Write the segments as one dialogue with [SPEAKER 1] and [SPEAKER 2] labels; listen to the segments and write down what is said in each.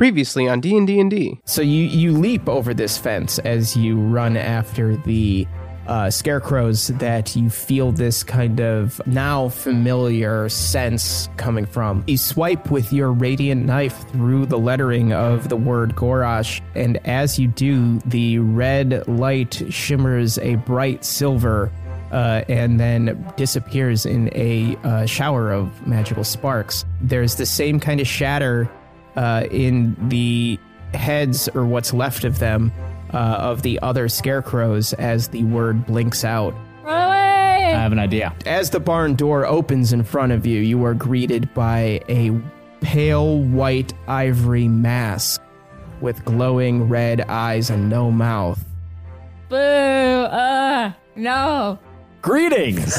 [SPEAKER 1] previously on D and D and D.
[SPEAKER 2] So you you leap over this fence as you run after the uh, scarecrows that you feel this kind of now familiar sense coming from. You swipe with your radiant knife through the lettering of the word Gorash, and as you do, the red light shimmers a bright silver. Uh, and then disappears in a uh, shower of magical sparks. There's the same kind of shatter uh, in the heads or what's left of them uh, of the other scarecrows as the word blinks out.
[SPEAKER 3] Run away!
[SPEAKER 4] I have an idea.
[SPEAKER 2] As the barn door opens in front of you, you are greeted by a pale white ivory mask with glowing red eyes and no mouth.
[SPEAKER 3] Boo! Uh, no!
[SPEAKER 4] Greetings.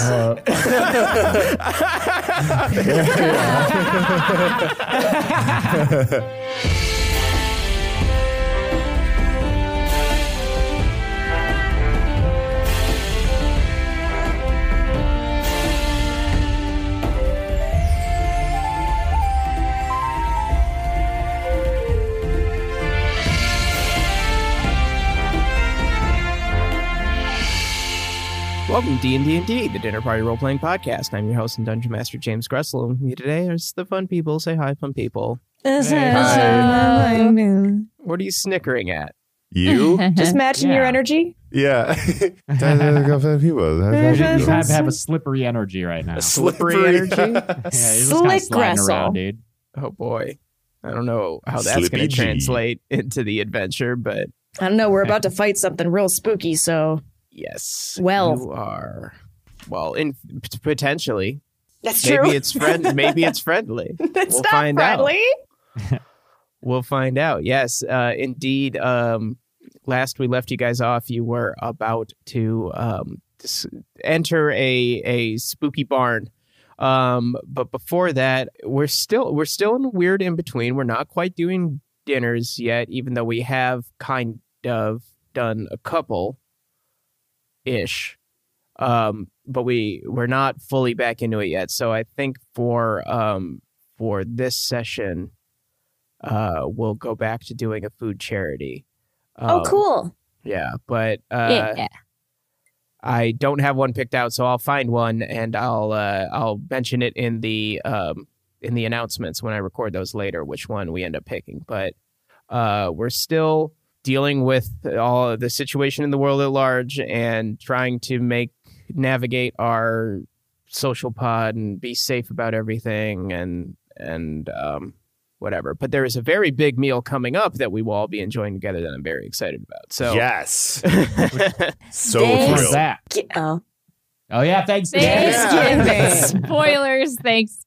[SPEAKER 2] Welcome to D&D D, the Dinner Party Role Playing Podcast. I'm your host and Dungeon Master James Gressel. With me today is the fun people. Say hi, fun people. What are you snickering at?
[SPEAKER 5] You?
[SPEAKER 6] Just matching your
[SPEAKER 4] Yeah.
[SPEAKER 6] energy.
[SPEAKER 5] yeah. People.
[SPEAKER 4] You have, have a slippery energy right now.
[SPEAKER 2] Slippery energy?
[SPEAKER 4] Yeah, you're just kinda
[SPEAKER 6] Slick
[SPEAKER 4] sliding
[SPEAKER 6] wrestle.
[SPEAKER 4] around, dude.
[SPEAKER 2] Oh boy. I don't know how that's
[SPEAKER 5] Slippy
[SPEAKER 2] going to
[SPEAKER 5] G.
[SPEAKER 2] translate into the adventure, but
[SPEAKER 6] I don't know. We're about to fight something real spooky, so
[SPEAKER 2] yes.
[SPEAKER 6] Well.
[SPEAKER 2] you are. Well, in p- potentially,
[SPEAKER 6] that's
[SPEAKER 2] maybe it's friend. Maybe it's friendly.
[SPEAKER 6] it's
[SPEAKER 2] we'll
[SPEAKER 6] not
[SPEAKER 2] find out.
[SPEAKER 6] friendly.
[SPEAKER 2] We'll find out. Yes, uh, indeed. Um, last we left you guys off, you were about to um, s- enter a a spooky barn. Um, but before that, we're still we're still in weird in between. We're not quite doing dinners yet, even though we have kind of done a couple ish. Um, but we we're not fully back into it yet. So I think for um for this session, uh, we'll go back to doing a food charity.
[SPEAKER 6] Oh,
[SPEAKER 2] Um,
[SPEAKER 6] cool.
[SPEAKER 2] yeah, but uh,
[SPEAKER 3] yeah.
[SPEAKER 2] I don't have one picked out, so I'll find one and I'll uh, I'll mention it in the um, in the announcements when I record those later. Which one we end up picking, but uh, we're still dealing with all of the situation in the world at large and trying to make navigate our social pod and be safe about everything and and um, whatever. But there is a very big meal coming up that we will all be enjoying together that I'm very excited about. So
[SPEAKER 5] yes. So
[SPEAKER 6] Dang.
[SPEAKER 4] What's
[SPEAKER 5] thrilled.
[SPEAKER 4] that?
[SPEAKER 6] Get- oh,
[SPEAKER 4] Oh yeah, thanks.
[SPEAKER 3] Thanksgiving.
[SPEAKER 6] Yeah.
[SPEAKER 3] Spoilers, thanks.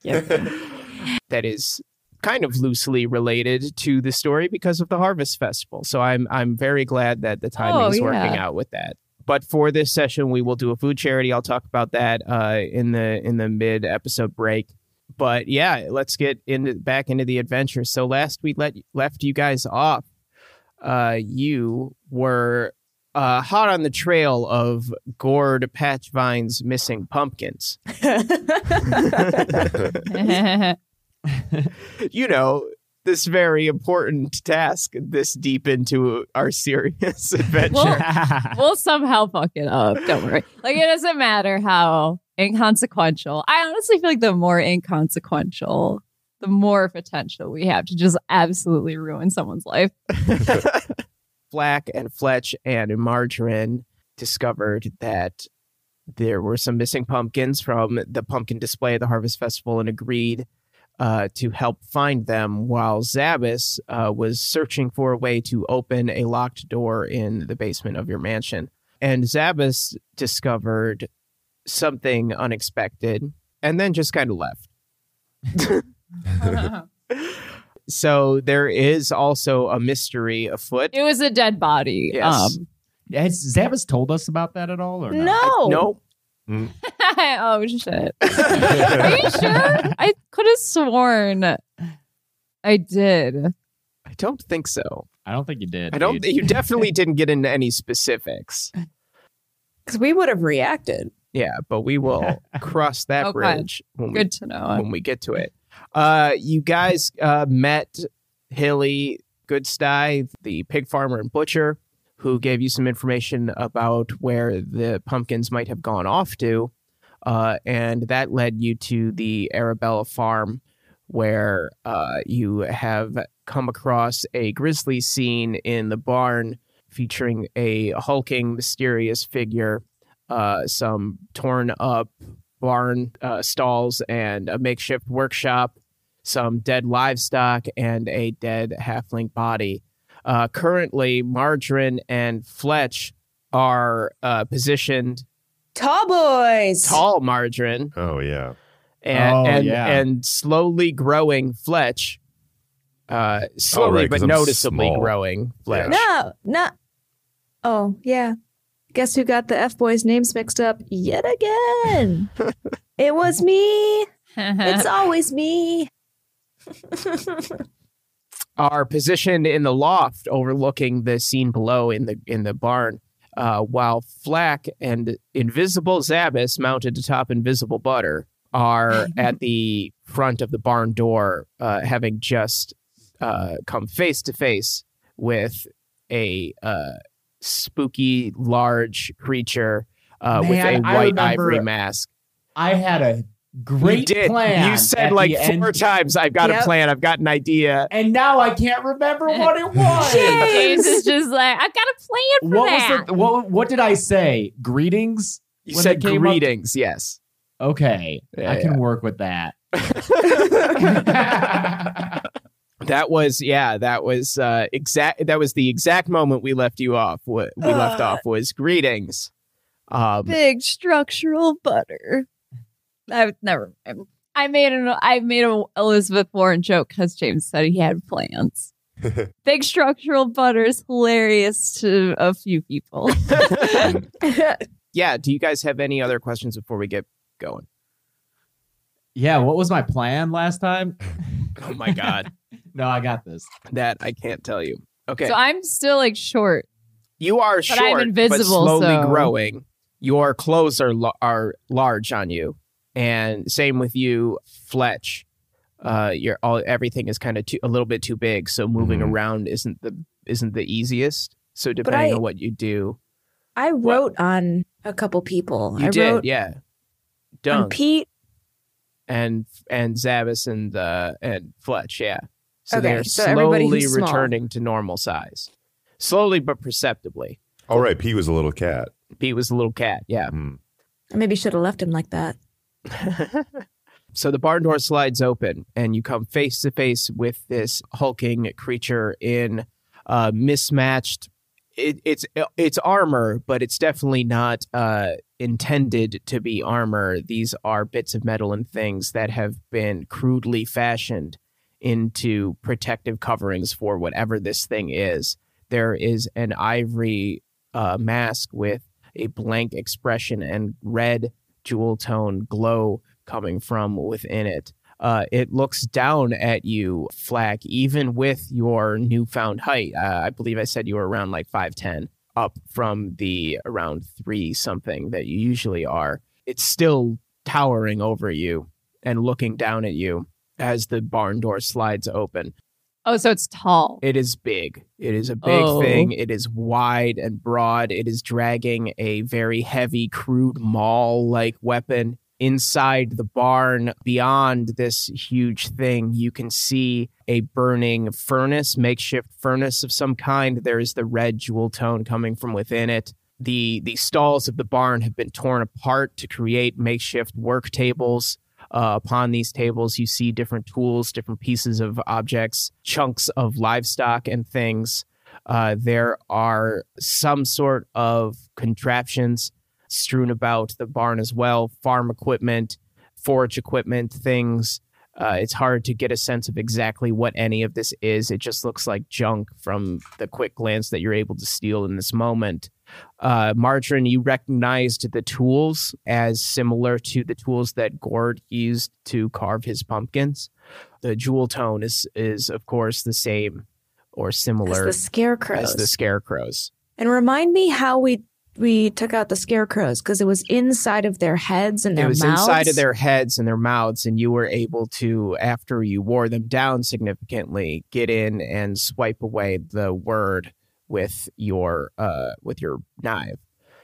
[SPEAKER 2] that is kind of loosely related to the story because of the Harvest Festival. So I'm I'm very glad that the timing
[SPEAKER 3] Oh,
[SPEAKER 2] is
[SPEAKER 3] yeah.
[SPEAKER 2] working out with that. But for this session, we will do a food charity. I'll talk about that uh, in the in the mid episode break. But yeah, let's get into back into the adventure. So last we let left you guys off. Uh, you were uh, hot on the trail of Gord Patchvine's missing pumpkins. you know, this very important task this deep into our serious adventure.
[SPEAKER 3] Well- we'll somehow fuck it up. Don't worry. Like it doesn't matter how inconsequential. I honestly feel like the more inconsequential, the more potential we have to just absolutely ruin someone's life.
[SPEAKER 2] Flack and Fletch and Margarine discovered that there were some missing pumpkins from the pumpkin display at the Harvest Festival and agreed uh, to help find them while Zabbis uh, was searching for a way to open a locked door in the basement of your mansion. And Zabbis discovered something unexpected and then just kind of left.
[SPEAKER 3] it
[SPEAKER 2] So there is also a mystery afoot.
[SPEAKER 3] was a dead body. Um,
[SPEAKER 2] Yes.
[SPEAKER 4] Has Zavis told us about that at all or not?
[SPEAKER 6] no.
[SPEAKER 2] no,
[SPEAKER 3] Um, oh shit. Are you sure? I could have sworn I did.
[SPEAKER 2] I don't think so.
[SPEAKER 4] I don't think you did.
[SPEAKER 2] I don't.
[SPEAKER 4] dude.
[SPEAKER 2] You definitely didn't get into any specifics.
[SPEAKER 6] because we would have reacted.
[SPEAKER 2] Yeah, but we will cross that
[SPEAKER 3] Okay.
[SPEAKER 2] bridge when we
[SPEAKER 3] Good to know.
[SPEAKER 2] when we get to it. Uh, you guys uh, met Hilly Goodstye, the pig farmer and butcher, who gave you some information about where the pumpkins might have gone off to. Uh, and that led you to the Arabella farm, where uh, you have come across a grisly scene in the barn featuring a hulking, mysterious figure, uh, some torn up barn uh, stalls, and a makeshift workshop, some dead livestock, and a dead halfling body. Uh, currently, Margarine and Fletch are uh, positioned
[SPEAKER 6] Tall boys.
[SPEAKER 2] tall Margarine
[SPEAKER 5] Oh yeah.
[SPEAKER 2] and
[SPEAKER 4] Oh,
[SPEAKER 2] and,
[SPEAKER 4] yeah.
[SPEAKER 2] and slowly growing Fletch, uh, slowly
[SPEAKER 5] Oh, 'cause
[SPEAKER 2] but
[SPEAKER 5] I'm
[SPEAKER 2] noticeably
[SPEAKER 5] small.
[SPEAKER 2] growing Fletch.
[SPEAKER 6] No, not. Oh yeah. Guess who got the F boys' names mixed up yet again? it was me. It's always me.
[SPEAKER 2] Are positioned in the loft overlooking the scene below in the in the barn, uh, while Flack and Invisible Zabas, mounted atop Invisible Butter, are at the front of the barn door, uh, having just uh, come face to face with a uh, spooky large creature uh, with a
[SPEAKER 4] Man, I
[SPEAKER 2] white
[SPEAKER 4] remember-
[SPEAKER 2] ivory mask.
[SPEAKER 4] I had a great
[SPEAKER 2] you did.
[SPEAKER 4] plan.
[SPEAKER 2] You
[SPEAKER 4] at
[SPEAKER 2] said
[SPEAKER 4] the
[SPEAKER 2] like four
[SPEAKER 4] end,
[SPEAKER 2] times, I've got
[SPEAKER 6] Yep.
[SPEAKER 2] a plan, I've got an idea.
[SPEAKER 4] and now I can't remember what it was.
[SPEAKER 3] James is just like, I've got a plan for
[SPEAKER 4] What
[SPEAKER 3] that.
[SPEAKER 4] was the, what? What did I say? Greetings.
[SPEAKER 2] You
[SPEAKER 4] When
[SPEAKER 2] said
[SPEAKER 4] it came up-
[SPEAKER 2] greetings, yes.
[SPEAKER 4] Okay,
[SPEAKER 2] Yeah,
[SPEAKER 4] I can work with that.
[SPEAKER 2] That was yeah, that was uh exact that was the exact moment we left you off. What we left
[SPEAKER 6] Ugh.
[SPEAKER 2] off was greetings. Um
[SPEAKER 3] big structural butter. I've never. I made an. I made a Elizabeth Warren joke because James said he had plans. big structural butter is hilarious to a few people.
[SPEAKER 2] yeah, do you guys have any other questions before we get going?
[SPEAKER 4] yeah. What was my plan last time?
[SPEAKER 2] Oh my god.
[SPEAKER 4] No, I got this.
[SPEAKER 2] that I can't tell you. Okay.
[SPEAKER 3] So I'm still like short.
[SPEAKER 2] you are
[SPEAKER 3] I'm
[SPEAKER 2] short
[SPEAKER 3] invisible,
[SPEAKER 2] but slowly
[SPEAKER 3] so-
[SPEAKER 2] growing. Your clothes are lo- are large on you. And same with you, Fletch. Uh your all everything is kind of too, a little bit too big, so moving
[SPEAKER 5] Mhm.
[SPEAKER 2] around isn't the isn't the easiest. So
[SPEAKER 6] But
[SPEAKER 2] depending
[SPEAKER 6] I-
[SPEAKER 2] on what you do.
[SPEAKER 6] I wrote on a couple people.
[SPEAKER 2] You
[SPEAKER 6] I
[SPEAKER 2] did,
[SPEAKER 6] wrote
[SPEAKER 2] yeah.
[SPEAKER 6] on
[SPEAKER 2] Dunk
[SPEAKER 6] Pete.
[SPEAKER 2] and and Zavis and uh, and Fletch, yeah. So
[SPEAKER 6] Okay,
[SPEAKER 2] they're
[SPEAKER 6] so everybody
[SPEAKER 2] slowly
[SPEAKER 6] who's small.
[SPEAKER 2] returning to normal size, slowly but perceptibly.
[SPEAKER 5] All right. P was a little cat.
[SPEAKER 2] Pete was a little cat, yeah.
[SPEAKER 5] Hmm.
[SPEAKER 6] I maybe should have left him like that.
[SPEAKER 2] So the barn door slides open, and you come face to face with this hulking creature in uh, mismatched. It, it's it's armor, but it's definitely not uh, intended to be armor. These are bits of metal and things that have been crudely fashioned into protective coverings for whatever this thing is. There is an ivory uh, mask with a blank expression and red jewel tone glow coming from within it. Uh, it looks down at you, Flack, even with your newfound height. Uh, I believe I said you were around like 5'10, up from the around three something that you usually are. It's still towering over you and looking down at you as the barn door slides open.
[SPEAKER 3] Oh, so it's tall.
[SPEAKER 2] It is big. It is a big
[SPEAKER 3] Oh.
[SPEAKER 2] thing. It is wide and broad. It is dragging a very heavy, crude maul like weapon inside the barn. Beyond this huge thing, you can see a burning furnace, makeshift furnace of some kind. There is the red jewel tone coming from within it. The, the stalls of the barn have been torn apart to create makeshift work tables. Uh, upon these tables, you see different tools, different pieces of objects, chunks of livestock and things. Uh, there are some sort of contraptions strewn about the barn as well farm equipment, forage equipment, things. Uh, it's hard to get a sense of exactly what any of this is. It just looks like junk from the quick glance that you're able to steal in this moment uh, Margarine, you recognized the tools as similar to the tools that Gord used to carve his pumpkins. The jewel tone is, is of course, the same or
[SPEAKER 6] As
[SPEAKER 2] similar
[SPEAKER 6] the scarecrows.
[SPEAKER 2] as the scarecrows.
[SPEAKER 6] and remind me how we we took out the scarecrows because it was inside of their heads and their
[SPEAKER 2] it was
[SPEAKER 6] mouths.
[SPEAKER 2] inside of their heads and their mouths, and you were able to, after you wore them down significantly, get in and swipe away the word with your uh with your knife.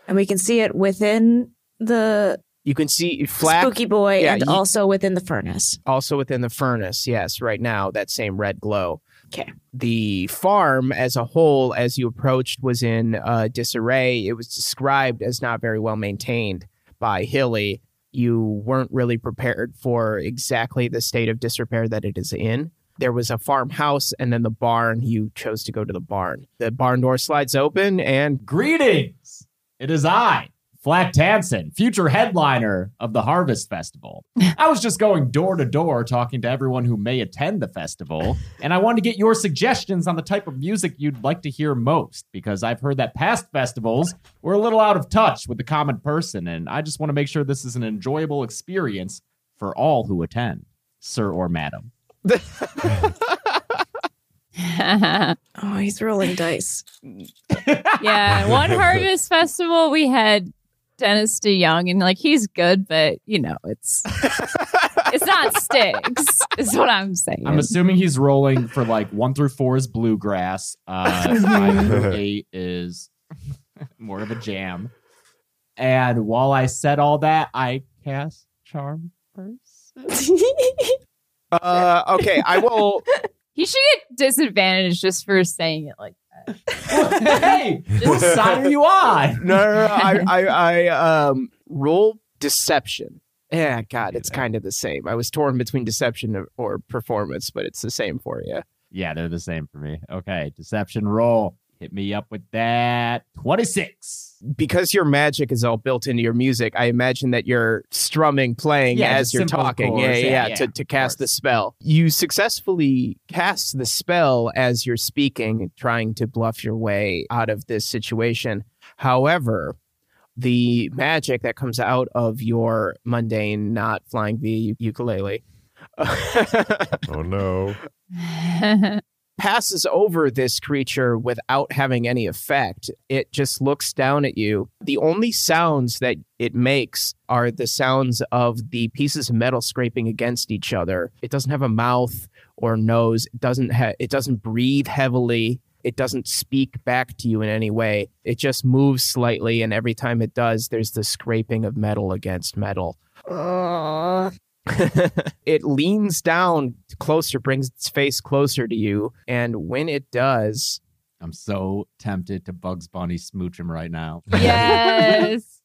[SPEAKER 6] and we can see it within the
[SPEAKER 2] You can see Flack
[SPEAKER 6] spooky boy
[SPEAKER 2] yeah,
[SPEAKER 6] and
[SPEAKER 2] you-
[SPEAKER 6] also within the furnace.
[SPEAKER 2] also within the furnace. Yes, right now that same red glow.
[SPEAKER 6] 'Kay.
[SPEAKER 2] The farm as a whole, as you approached, was in uh, disarray. It was described as not very well maintained by Hilly. You weren't really prepared for exactly the state of disrepair that it is in. There was a farmhouse and then the barn. You chose to go to the barn. The barn door slides open and
[SPEAKER 4] Greetings. It is I, Flack Tansen, future headliner of the Harvest Festival. I was just going door to door talking to everyone who may attend the festival, and I wanted to get your suggestions on the type of music you'd like to hear most because I've heard that past festivals were a little out of touch with the common person, and I just want to make sure this is an enjoyable experience for all who attend, sir or madam.
[SPEAKER 6] Oh, he's rolling dice.
[SPEAKER 3] yeah, one harvest festival we had Dennis DeYoung, and like he's good, but you know it's it's not sticks. Is what I'm saying.
[SPEAKER 4] I'm assuming he's rolling for like one through four is bluegrass, uh, five through eight is more of a jam. And while I said all that, I cast charm first.
[SPEAKER 2] uh, okay, I will.
[SPEAKER 3] he should get disadvantaged just for saying it. Like,
[SPEAKER 4] hey, what side are you on?
[SPEAKER 2] no, no, no, I, I, I um, roll deception. Yeah, God,
[SPEAKER 4] Do
[SPEAKER 2] it's
[SPEAKER 4] that.
[SPEAKER 2] kind of the same. I was torn between deception or- or performance, but it's the same for you.
[SPEAKER 4] Yeah, they're the same for me. Okay, deception roll. Hit me up with that. 26.
[SPEAKER 2] Because your magic is all built into your music, I imagine that you're strumming, playing
[SPEAKER 4] Yeah,
[SPEAKER 2] as
[SPEAKER 4] just
[SPEAKER 2] you're
[SPEAKER 4] simple
[SPEAKER 2] talking.
[SPEAKER 4] chords.
[SPEAKER 2] yeah,
[SPEAKER 4] Yeah,
[SPEAKER 2] yeah,
[SPEAKER 4] yeah,
[SPEAKER 2] to,
[SPEAKER 4] of
[SPEAKER 2] to cast the
[SPEAKER 4] course.
[SPEAKER 2] spell. You successfully cast the spell as you're speaking, trying to bluff your way out of this situation. However, the magic that comes out of your mundane, not flying via ukulele,
[SPEAKER 5] Oh no.
[SPEAKER 2] passes over this creature without having any effect. It just looks down at you. The only sounds that it makes are the sounds of the pieces of metal scraping against each other. It doesn't have a mouth or nose. It doesn't ha- it doesn't breathe heavily. It doesn't speak back to you in any way. It just moves slightly and every time it does there's the scraping of metal against metal
[SPEAKER 6] oh,
[SPEAKER 2] it leans down closer, brings its face closer to you, and when it does,
[SPEAKER 4] I'm so tempted to Bugs Bunny smooch him right now.
[SPEAKER 3] yes.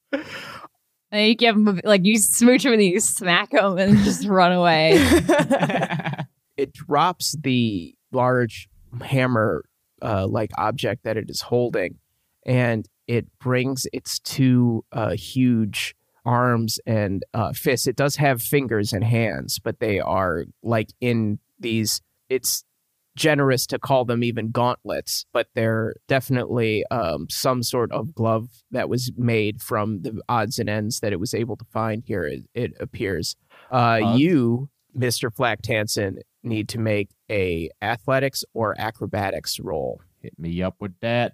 [SPEAKER 3] And you give him a- like you smooch him and you smack him and just run away.
[SPEAKER 2] it drops the large hammer uh, like object that it is holding, and it brings its two uh, huge arms and uh, fists. It does have fingers and hands, but they are like in these. It's generous to call them even gauntlets, but they're definitely um, some sort of glove that was made from the odds and ends that it was able to find here. It, it appears. Uh,
[SPEAKER 4] Uh,
[SPEAKER 2] you, Mister Flack Tansen, need to make a athletics or acrobatics roll.
[SPEAKER 4] Hit me up with that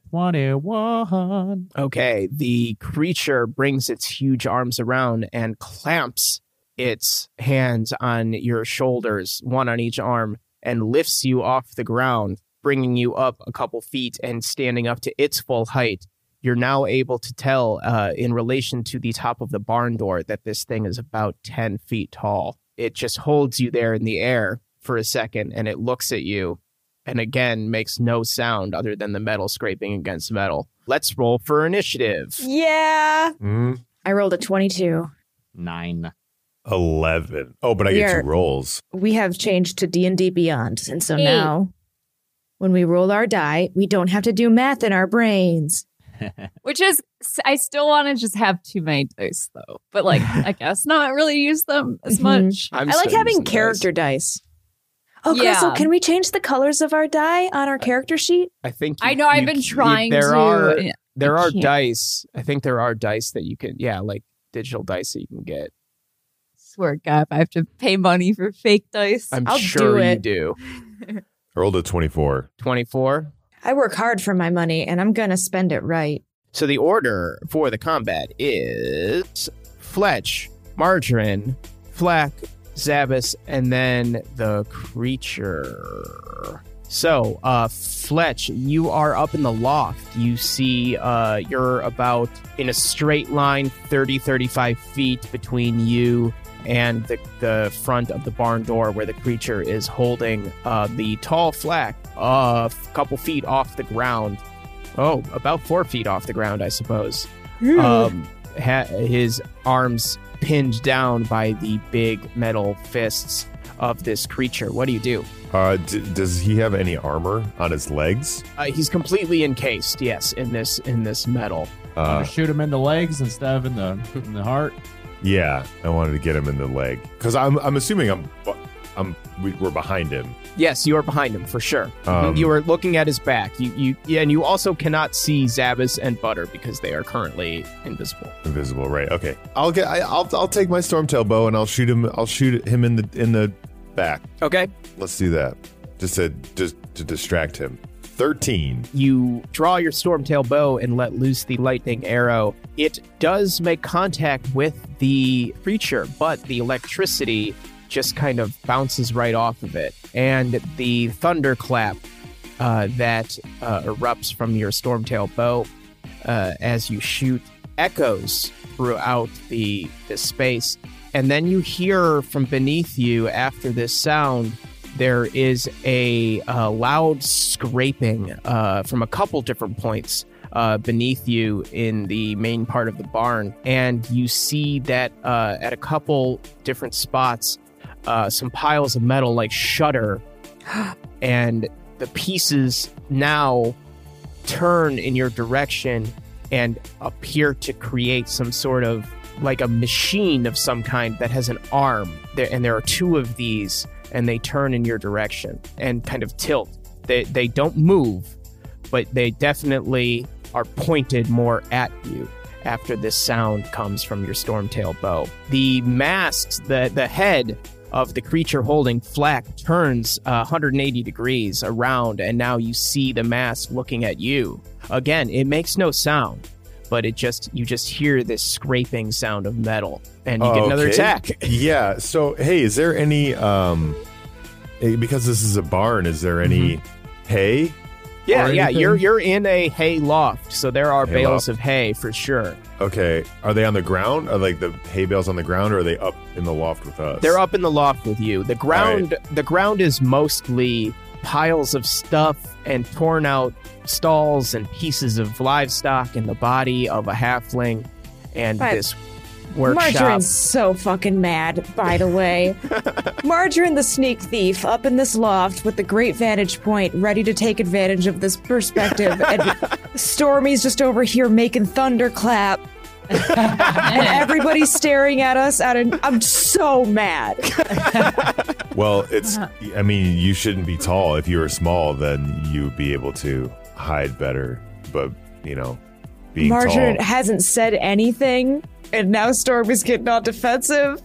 [SPEAKER 4] 21.
[SPEAKER 2] Okay, the creature brings its huge arms around and clamps its hands on your shoulders, one on each arm, and lifts you off the ground, bringing you up a couple feet and standing up to its full height. You're now able to tell, uh, in relation to the top of the barn door, that this thing is about 10 feet tall. It just holds you there in the air for a second and it looks at you and again makes no sound other than the metal scraping against metal. Let's roll for initiative.
[SPEAKER 6] yeah.
[SPEAKER 5] Mm,
[SPEAKER 6] I rolled a 22.
[SPEAKER 4] Nine.
[SPEAKER 5] Eleven. Oh, but I
[SPEAKER 6] We
[SPEAKER 5] get
[SPEAKER 6] are-
[SPEAKER 5] two rolls.
[SPEAKER 6] We have changed to D&D Beyond. And so
[SPEAKER 3] Hey.
[SPEAKER 6] now when we roll our die, we don't have to do math in our brains.
[SPEAKER 3] Which is I still want to just have too many dice though. But like I guess not really use them as
[SPEAKER 6] Mhm.
[SPEAKER 3] much.
[SPEAKER 2] I'm
[SPEAKER 6] i like
[SPEAKER 2] still using
[SPEAKER 6] having
[SPEAKER 2] those.
[SPEAKER 6] character dice. Oh, Crystal,
[SPEAKER 3] Yeah.
[SPEAKER 6] can we change the colors of our die on our character sheet?
[SPEAKER 2] I think you-
[SPEAKER 3] I know I've
[SPEAKER 2] you-
[SPEAKER 3] been
[SPEAKER 2] you-
[SPEAKER 3] trying
[SPEAKER 2] there
[SPEAKER 3] to
[SPEAKER 2] Are, there
[SPEAKER 3] I
[SPEAKER 2] are
[SPEAKER 3] can't.
[SPEAKER 2] dice. I think there are dice that you can, yeah, like digital dice that you can get.
[SPEAKER 3] swear to God, if I have to pay money for fake dice.
[SPEAKER 2] I'm
[SPEAKER 6] I'll
[SPEAKER 2] sure
[SPEAKER 6] do
[SPEAKER 2] you
[SPEAKER 6] it.
[SPEAKER 2] do.
[SPEAKER 5] I rolled a twenty-four.
[SPEAKER 2] 24.
[SPEAKER 6] I work hard for my money and I'm going to spend it right.
[SPEAKER 2] So the order for the combat is Fletch, Margarine, Flack, Zabas, and then the creature. So, uh, Fletch, you are up in the loft. You see, uh, you're about in a straight line, 30, 35 feet between you and the, the front of the barn door where the creature is holding uh, the tall flack uh, a couple feet off the ground. Oh, about four feet off the ground, I suppose.
[SPEAKER 6] Hmm.
[SPEAKER 2] Um, ha- his arms pinned down by the big metal fists of this creature. What do you do?
[SPEAKER 5] Uh, d- does he have any armor on his legs?
[SPEAKER 2] Uh, he's completely encased, yes, in this in this metal.
[SPEAKER 5] Uh,
[SPEAKER 4] shoot him in the legs instead of in the in the heart.
[SPEAKER 5] yeah, I wanted to get him in the leg because I'm I'm assuming I'm bu- I'm we, we're behind him.
[SPEAKER 2] Yes, you are behind him for sure.
[SPEAKER 5] Um,
[SPEAKER 2] you are looking at his back. You you yeah, and you also cannot see Zabas and Butter because they are currently invisible.
[SPEAKER 5] invisible, right? Okay, I'll get I, I'll I'll take my stormtail bow and I'll shoot him. I'll shoot him in the in the back.
[SPEAKER 2] Okay.
[SPEAKER 5] Let's do that. Just to just to distract him. Thirteen.
[SPEAKER 2] You draw your stormtail bow and let loose the lightning arrow. It does make contact with the creature, but the electricity just kind of bounces right off of it, and the thunderclap uh, that uh, erupts from your stormtail bow uh, as you shoot echoes throughout the, the space. And then you hear from beneath you after this sound, there is a uh, loud scraping uh, from a couple different points uh, beneath you in the main part of the barn. And you see that uh, at a couple different spots, uh, some piles of metal like shudder, and the pieces now turn in your direction and appear to create some sort of like a machine of some kind that has an arm there and there are two of these and they turn in your direction and kind of tilt they, they don't move but they definitely are pointed more at you after this sound comes from your stormtail bow the masks the, the head of the creature holding Flack turns uh, 180 degrees around, and now you see the mask looking at you. Again, it makes no sound, but it just you just hear this scraping sound of metal, and you get another
[SPEAKER 5] Okay.
[SPEAKER 2] attack.
[SPEAKER 5] yeah. So hey, is there any um eh, because this is a barn, is there any hay?
[SPEAKER 2] Yeah,
[SPEAKER 5] Or
[SPEAKER 2] yeah,
[SPEAKER 5] anything?
[SPEAKER 2] you're you're in a hay loft, so there are
[SPEAKER 5] Hay
[SPEAKER 2] bales of hay for sure.
[SPEAKER 5] Okay. Are they on the ground? Are like the hay bales on the ground or are they up in the loft with us?
[SPEAKER 2] They're up in the loft with you. The ground the ground is mostly piles of stuff and torn out stalls and pieces of livestock and the body of a halfling and
[SPEAKER 6] Right.
[SPEAKER 2] this workshop.
[SPEAKER 6] Margarine's so fucking mad, by the way. Margarine the sneak thief up in this loft with the great vantage point, ready to take advantage of this perspective. And Stormy's just over here making thunderclap. and everybody's staring at us at an I'm so mad.
[SPEAKER 5] Well, it's
[SPEAKER 2] Uh-huh.
[SPEAKER 5] I mean, you shouldn't be tall. If you were small, then you'd be able to hide better. But, you know, being
[SPEAKER 6] Margarine
[SPEAKER 5] tall.
[SPEAKER 6] hasn't said anything, and now Stormy's getting all defensive.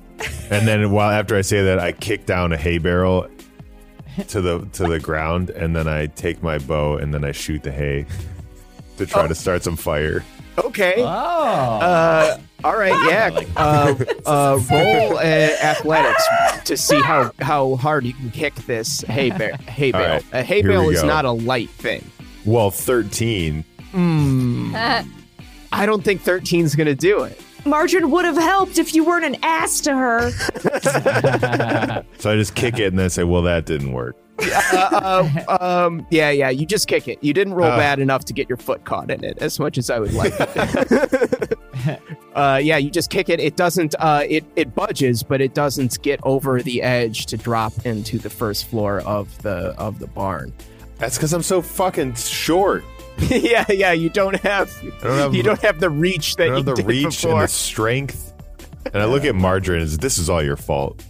[SPEAKER 5] And then while after I say that, I kick down a hay barrel to the to the ground and then I take my bow and then I shoot the hay to try
[SPEAKER 2] Oh.
[SPEAKER 5] to start some fire.
[SPEAKER 2] Okay.
[SPEAKER 4] Oh,
[SPEAKER 2] Uh, all right, yeah. Uh, uh, roll uh, athletics to see how, how hard you can kick this hay, ba- hay
[SPEAKER 5] All
[SPEAKER 2] bale.
[SPEAKER 5] right,
[SPEAKER 2] a hay
[SPEAKER 5] here
[SPEAKER 2] bale
[SPEAKER 5] we
[SPEAKER 2] is
[SPEAKER 5] go.
[SPEAKER 2] not a light thing.
[SPEAKER 5] Well, 13.
[SPEAKER 2] I don't think 13's going to do it.
[SPEAKER 6] Margarine would have helped if you weren't an ass to her.
[SPEAKER 5] So I just kick it and then I say, well, that didn't work.
[SPEAKER 2] uh, uh, um, yeah, yeah. You just kick it. You didn't roll
[SPEAKER 5] Uh.
[SPEAKER 2] bad enough to get your foot caught in it, as much as I would like. uh, yeah, you just kick it. It doesn't. Uh, it it budges, but it doesn't get over the edge to drop into the first floor of the of the barn.
[SPEAKER 5] That's because I'm so fucking short.
[SPEAKER 2] yeah, yeah. You don't have,
[SPEAKER 5] don't have-
[SPEAKER 2] you don't have the reach that
[SPEAKER 5] I
[SPEAKER 2] you
[SPEAKER 5] don't have the
[SPEAKER 2] did
[SPEAKER 5] reach
[SPEAKER 2] before.
[SPEAKER 5] and the strength. And I look at Margarine and say, this is all your fault.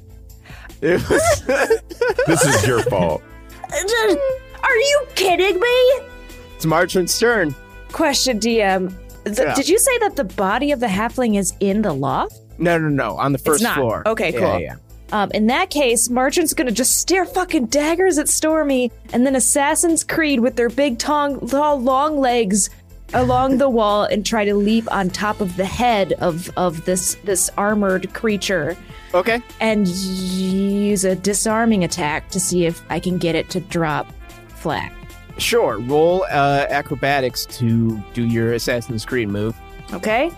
[SPEAKER 2] It was-
[SPEAKER 5] This is your fault.
[SPEAKER 6] Are you kidding me?
[SPEAKER 2] it's Margarine's turn.
[SPEAKER 6] Question, DM. Th-
[SPEAKER 2] Yeah.
[SPEAKER 6] Did you say that the body of the halfling is in the loft?
[SPEAKER 2] No, no, no. On the first
[SPEAKER 6] not.
[SPEAKER 2] floor.
[SPEAKER 6] Okay,
[SPEAKER 2] Yeah,
[SPEAKER 6] cool.
[SPEAKER 2] yeah.
[SPEAKER 6] Um, in that case, Margarine's gonna just stare fucking daggers at Stormy, and then Assassin's Creed with their big tong- lo- long legs along the wall and try to leap on top of the head of of this this armored creature
[SPEAKER 2] Okay.
[SPEAKER 6] and use a disarming attack to see if I can get it to drop flat.
[SPEAKER 2] Sure. Roll uh, acrobatics to do your Assassin's Creed move.
[SPEAKER 6] Okay?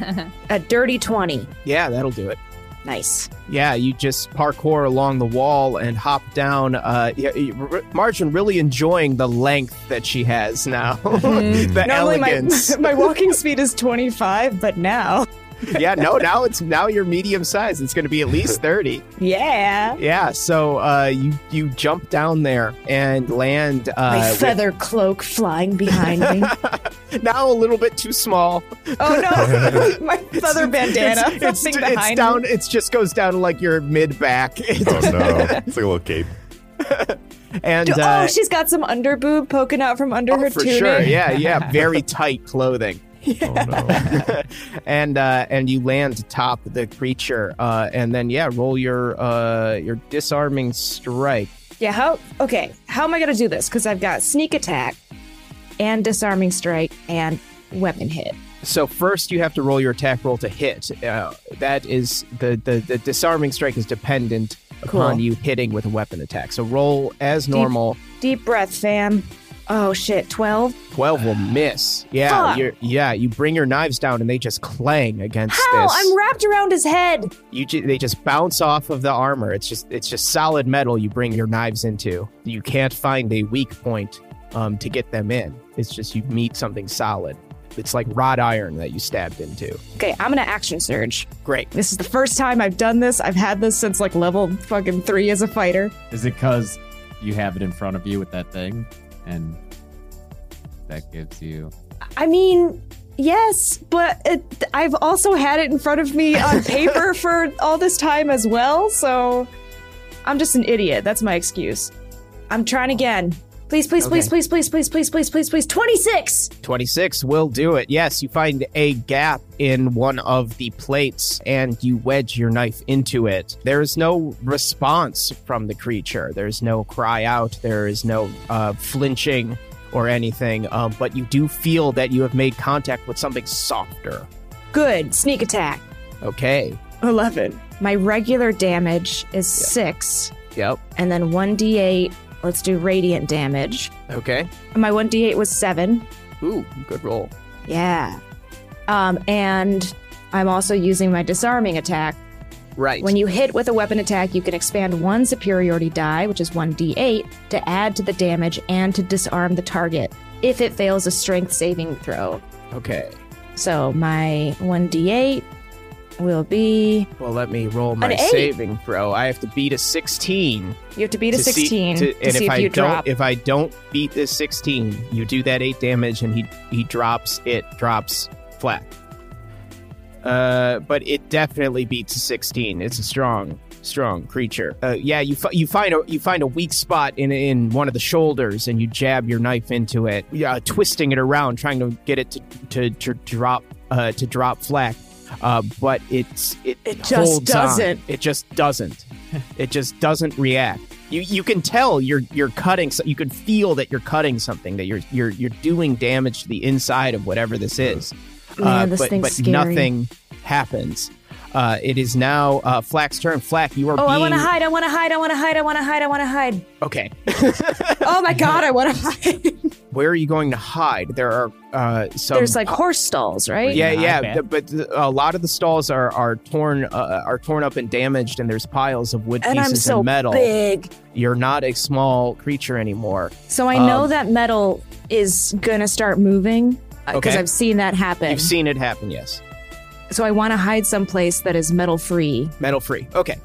[SPEAKER 6] a dirty 20.
[SPEAKER 2] Yeah, that'll do it.
[SPEAKER 6] Nice.
[SPEAKER 2] Yeah, you just parkour along the wall and hop down. Uh, yeah, you- R- Margin really enjoying the length that she has now. the elegance.
[SPEAKER 6] my walking speed is 25, but now.
[SPEAKER 2] yeah, no, now it's now you're medium size. It's going to be at least 30.
[SPEAKER 6] Yeah.
[SPEAKER 2] Yeah, so uh, you you jump down there and land
[SPEAKER 6] My
[SPEAKER 2] uh, with-
[SPEAKER 6] feather cloak flying behind me.
[SPEAKER 2] now a little bit too small.
[SPEAKER 6] oh no, my feather
[SPEAKER 2] It's, it's, it's down. It just goes down to like your mid back,
[SPEAKER 5] Oh no, it's like a little cape.
[SPEAKER 2] and
[SPEAKER 6] Do-
[SPEAKER 2] uh,
[SPEAKER 6] oh, she's got some underboob poking out from under her
[SPEAKER 2] Oh, for
[SPEAKER 6] tunic.
[SPEAKER 2] sure, yeah, yeah, very tight clothing.
[SPEAKER 5] Oh no.
[SPEAKER 2] and uh, and you land atop the creature, uh, and then yeah, roll your uh, your disarming strike.
[SPEAKER 6] Yeah, how okay, how am I gonna do this? Because I've got sneak attack and disarming strike and weapon hit.
[SPEAKER 2] So first, you have to roll your attack roll to hit. Uh, that is the, the the disarming strike is dependent upon
[SPEAKER 6] Cool.
[SPEAKER 2] you hitting with a weapon attack. So roll as normal.
[SPEAKER 6] Deep breath, fam. Oh shit, twelve?
[SPEAKER 2] 12 will miss. Yeah,
[SPEAKER 6] Fuck.
[SPEAKER 2] you're, yeah, you bring your knives down and they just clang against
[SPEAKER 6] How?
[SPEAKER 2] this.
[SPEAKER 6] I'm wrapped around his head.
[SPEAKER 2] you ju- they just bounce off of the armor. It's just it's just solid metal you bring your knives into. You can't find a weak point um, to get them in. It's just you meet something solid. It's like wrought iron that you stabbed into.
[SPEAKER 6] Okay, I'm gonna action surge.
[SPEAKER 2] Great.
[SPEAKER 6] This is the first time I've done this. I've had this since like level fucking three as a fighter.
[SPEAKER 4] Is it because you have it in front of you with that thing, and that gives you?
[SPEAKER 6] I mean, yes, but it, I've also had it in front of me on paper for all this time as well, so I'm just an idiot. That's my excuse. I'm trying again. Please, please, please, please, please, please, please, please, please, please. 26!
[SPEAKER 2] 26 will do it. Yes, you find a gap in one of the plates and you wedge your knife into it. There is no response from the creature. There's no cry out. There is no uh, flinching or anything. Um, but you do feel that you have made contact with something softer.
[SPEAKER 6] Good. Sneak attack.
[SPEAKER 2] Okay.
[SPEAKER 6] 11. My regular damage is 6,
[SPEAKER 2] Yep.
[SPEAKER 6] and then 1d8. Let's do radiant damage.
[SPEAKER 2] Okay.
[SPEAKER 6] My 1d8 was 7.
[SPEAKER 2] Ooh, good roll.
[SPEAKER 6] Yeah. Um, and I'm also using my disarming attack.
[SPEAKER 2] Right.
[SPEAKER 6] When you hit with a weapon attack, you can expand one superiority die, which is 1d8, to add to the damage and to disarm the target if it fails a strength saving throw.
[SPEAKER 2] okay.
[SPEAKER 6] So my 1d8 will be.
[SPEAKER 2] Well, let me roll my
[SPEAKER 6] An eight.
[SPEAKER 2] saving throw. I have to beat a 16.
[SPEAKER 6] You have to beat a
[SPEAKER 2] see-
[SPEAKER 6] 16
[SPEAKER 2] to-
[SPEAKER 6] to,
[SPEAKER 2] and
[SPEAKER 6] see
[SPEAKER 2] if
[SPEAKER 6] if,
[SPEAKER 2] I
[SPEAKER 6] you
[SPEAKER 2] don't,
[SPEAKER 6] drop.
[SPEAKER 2] if I don't beat this sixteen, you do that eight damage, and he he drops it drops flat. Uh, but it definitely beats a sixteen. It's a strong strong creature. Uh, yeah, you fi- you find a you find a weak spot in in one of the shoulders, and you jab your knife into it, yeah, twisting it around, trying to get it to to, to drop uh, to drop flat. Uh, but it's it,
[SPEAKER 6] It just
[SPEAKER 2] holds on.
[SPEAKER 6] doesn't.
[SPEAKER 2] It just doesn't. It just doesn't react. You you can tell you're you're cutting. So you can feel that you're cutting something. That you're you're you're doing damage to the inside of whatever this is.
[SPEAKER 6] Yeah, this
[SPEAKER 2] uh, but
[SPEAKER 6] thing's
[SPEAKER 2] but
[SPEAKER 6] scary.
[SPEAKER 2] nothing happens. Uh, it is now uh, Flack's turn. Flack, you are
[SPEAKER 6] oh, I
[SPEAKER 2] being
[SPEAKER 6] want to hide. I want to hide. I want to hide. I want to hide. I want to hide.
[SPEAKER 2] okay.
[SPEAKER 6] Oh my God, I want to hide.
[SPEAKER 2] Where are you going to hide? There are uh, some.
[SPEAKER 6] There's like horse stalls, right?
[SPEAKER 2] yeah,
[SPEAKER 4] Yeah,
[SPEAKER 2] yeah,
[SPEAKER 4] I
[SPEAKER 2] th- but th- a lot of the stalls are are torn uh, are torn up and damaged, and there's piles of wood
[SPEAKER 6] And
[SPEAKER 2] pieces
[SPEAKER 6] I'm so
[SPEAKER 2] and metal.
[SPEAKER 6] big.
[SPEAKER 2] You're not a small creature anymore.
[SPEAKER 6] So I know
[SPEAKER 2] Um,
[SPEAKER 6] that metal is gonna start moving because
[SPEAKER 2] Okay.
[SPEAKER 6] I've seen that happen.
[SPEAKER 2] You've seen it happen, yes.
[SPEAKER 6] so I want to hide someplace that is metal free.
[SPEAKER 2] metal free. Okay,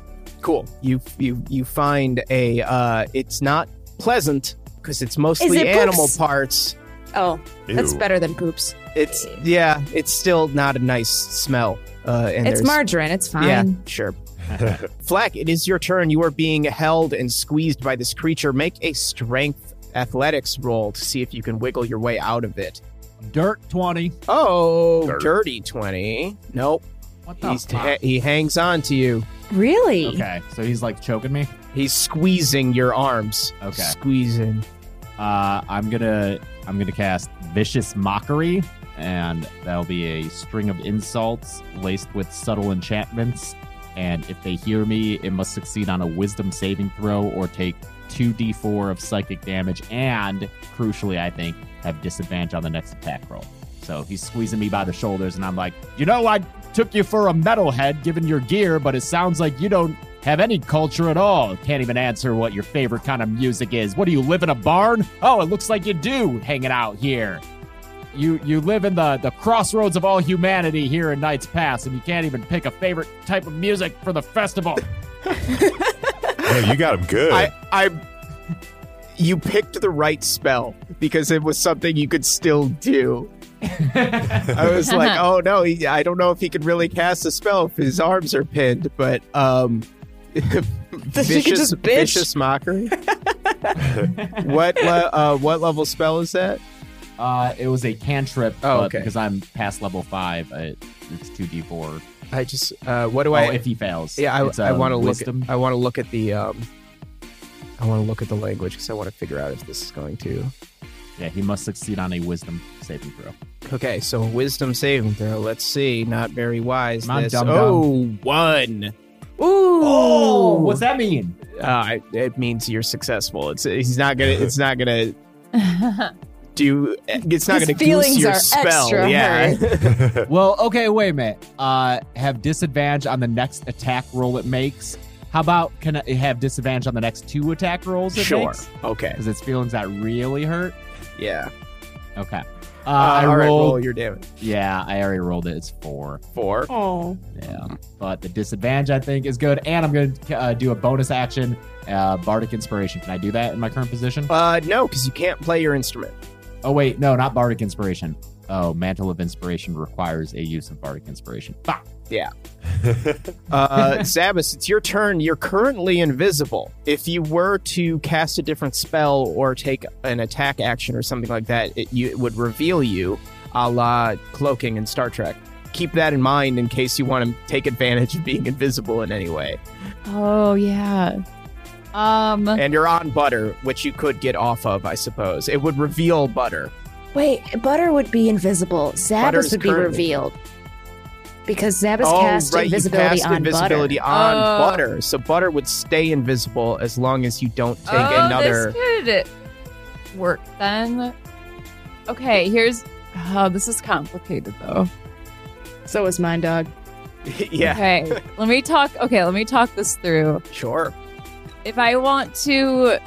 [SPEAKER 2] cool. You you you find a. Uh, it's not pleasant because it's
[SPEAKER 6] Is
[SPEAKER 2] mostly
[SPEAKER 6] it
[SPEAKER 2] animal
[SPEAKER 6] poops?
[SPEAKER 2] parts.
[SPEAKER 6] Oh, that's
[SPEAKER 5] Ew.
[SPEAKER 6] better than poops.
[SPEAKER 2] It's yeah. It's still not a nice smell. Uh, and
[SPEAKER 6] It's
[SPEAKER 2] there's-
[SPEAKER 6] margarine. It's fine.
[SPEAKER 2] Yeah, sure. Flack, it is your turn. You are being held and squeezed by this creature. Make a strength athletics roll to see if you can wiggle your way out of it.
[SPEAKER 4] Dirt twenty.
[SPEAKER 2] Oh,
[SPEAKER 5] Dirt.
[SPEAKER 2] dirty 20. Nope.
[SPEAKER 4] What the
[SPEAKER 2] He's
[SPEAKER 4] Oh, fuck?
[SPEAKER 2] he hangs on to you.
[SPEAKER 6] Really?
[SPEAKER 4] okay, so he's like choking me.
[SPEAKER 2] He's squeezing your arms.
[SPEAKER 4] Okay.
[SPEAKER 2] Squeezing.
[SPEAKER 4] Uh, I'm gonna I'm going to cast Vicious Mockery, and that'll be a string of insults laced with subtle enchantments. And if they hear me, it must succeed on a wisdom saving throw or take 2d4 of psychic damage, and crucially, I think, have disadvantage on the next attack roll. So he's squeezing me by the shoulders, and I'm like, you know, I took you for a metalhead given your gear, but it sounds like you don't have any culture at all. Can't even answer what your favorite kind of music is. What do you live in a barn? Oh, it looks like you do hanging out here. You you live in the, the crossroads of all humanity here in Knight's Pass, and you can't even pick a favorite type of music for the festival.
[SPEAKER 5] No, you got him good.
[SPEAKER 2] I, I, you picked the right spell because it was something you could still do. I was like, oh no, he, I don't know if he could really cast a spell if his arms are pinned, but um, vicious,
[SPEAKER 6] just bitch.
[SPEAKER 2] vicious mockery. what le- uh, what level spell is that?
[SPEAKER 4] Uh, it was a cantrip,
[SPEAKER 1] Oh,
[SPEAKER 4] but
[SPEAKER 1] okay.
[SPEAKER 4] because I'm past level five, it, it's two d four.
[SPEAKER 1] I just uh, what do
[SPEAKER 4] Oh,
[SPEAKER 1] I?
[SPEAKER 4] if he fails,
[SPEAKER 1] yeah, I,
[SPEAKER 4] It's,
[SPEAKER 1] I
[SPEAKER 4] uh,
[SPEAKER 1] want to look.
[SPEAKER 4] wisdom.
[SPEAKER 1] At, I want to look at the. Um, I want to look at the language because I want to figure out if this is going to.
[SPEAKER 4] Yeah, he must succeed on a wisdom saving throw.
[SPEAKER 1] Okay, so
[SPEAKER 2] So wisdom saving throw. Let's see. Not very wise.
[SPEAKER 4] Come on,
[SPEAKER 2] this.
[SPEAKER 4] dum-dum.
[SPEAKER 2] oh, one.
[SPEAKER 6] Ooh.
[SPEAKER 1] Oh.
[SPEAKER 4] Oh, what's that mean?
[SPEAKER 2] Uh, it means you're successful. It's he's not gonna. It's not gonna do. It's not
[SPEAKER 6] His
[SPEAKER 2] gonna goose
[SPEAKER 6] feelings
[SPEAKER 2] your
[SPEAKER 6] are
[SPEAKER 2] spell.
[SPEAKER 6] extra
[SPEAKER 2] yeah.
[SPEAKER 4] Well, okay, wait a minute. Uh, have disadvantage on the next attack roll it makes. How about can I have disadvantage on the next two attack rolls? It
[SPEAKER 2] Sure. Okay.
[SPEAKER 4] because its feelings that really hurt.
[SPEAKER 2] Yeah.
[SPEAKER 4] Okay, uh,
[SPEAKER 2] Uh,
[SPEAKER 4] I
[SPEAKER 2] all right,
[SPEAKER 4] rolled.
[SPEAKER 2] roll your damage.
[SPEAKER 4] yeah, I already rolled it. It's four.
[SPEAKER 2] Four.
[SPEAKER 6] Oh.
[SPEAKER 4] Yeah, but the disadvantage I think is good, and I'm going to uh, do a bonus action, uh, bardic inspiration. Can I do that in my current position?
[SPEAKER 2] Uh, no, because you can't play your instrument.
[SPEAKER 4] Oh wait, no, not bardic inspiration. Oh, mantle of inspiration requires a use of bardic inspiration. Fuck.
[SPEAKER 2] Uh, Zabas, it's your turn. You're currently invisible. If you were to cast a different spell or take an attack action or something like that, it, you, it would reveal you, a la cloaking in Star Trek. Keep that in mind in case you want to take advantage of being invisible in any way.
[SPEAKER 3] Oh yeah.
[SPEAKER 6] Uh.
[SPEAKER 3] Um.
[SPEAKER 2] And you're on butter, which you could get off of, I suppose. It would reveal butter.
[SPEAKER 6] Wait, Butter would be invisible.
[SPEAKER 2] Butter's
[SPEAKER 6] Zabbis would be
[SPEAKER 2] currently-
[SPEAKER 6] revealed. Because Zabbis
[SPEAKER 2] oh,
[SPEAKER 6] cast
[SPEAKER 2] right,
[SPEAKER 6] invisibility
[SPEAKER 2] you cast
[SPEAKER 6] on
[SPEAKER 2] invisibility
[SPEAKER 6] Butter.
[SPEAKER 2] on
[SPEAKER 3] Oh.
[SPEAKER 2] butter, so butter would stay invisible as long as you don't take
[SPEAKER 3] oh,
[SPEAKER 2] another.
[SPEAKER 3] This could work then. Okay, here's. Oh, this is complicated though.
[SPEAKER 6] So is mine, dog.
[SPEAKER 2] yeah,
[SPEAKER 3] Okay, let me talk. Okay, let me talk this through.
[SPEAKER 2] sure.
[SPEAKER 3] If I want to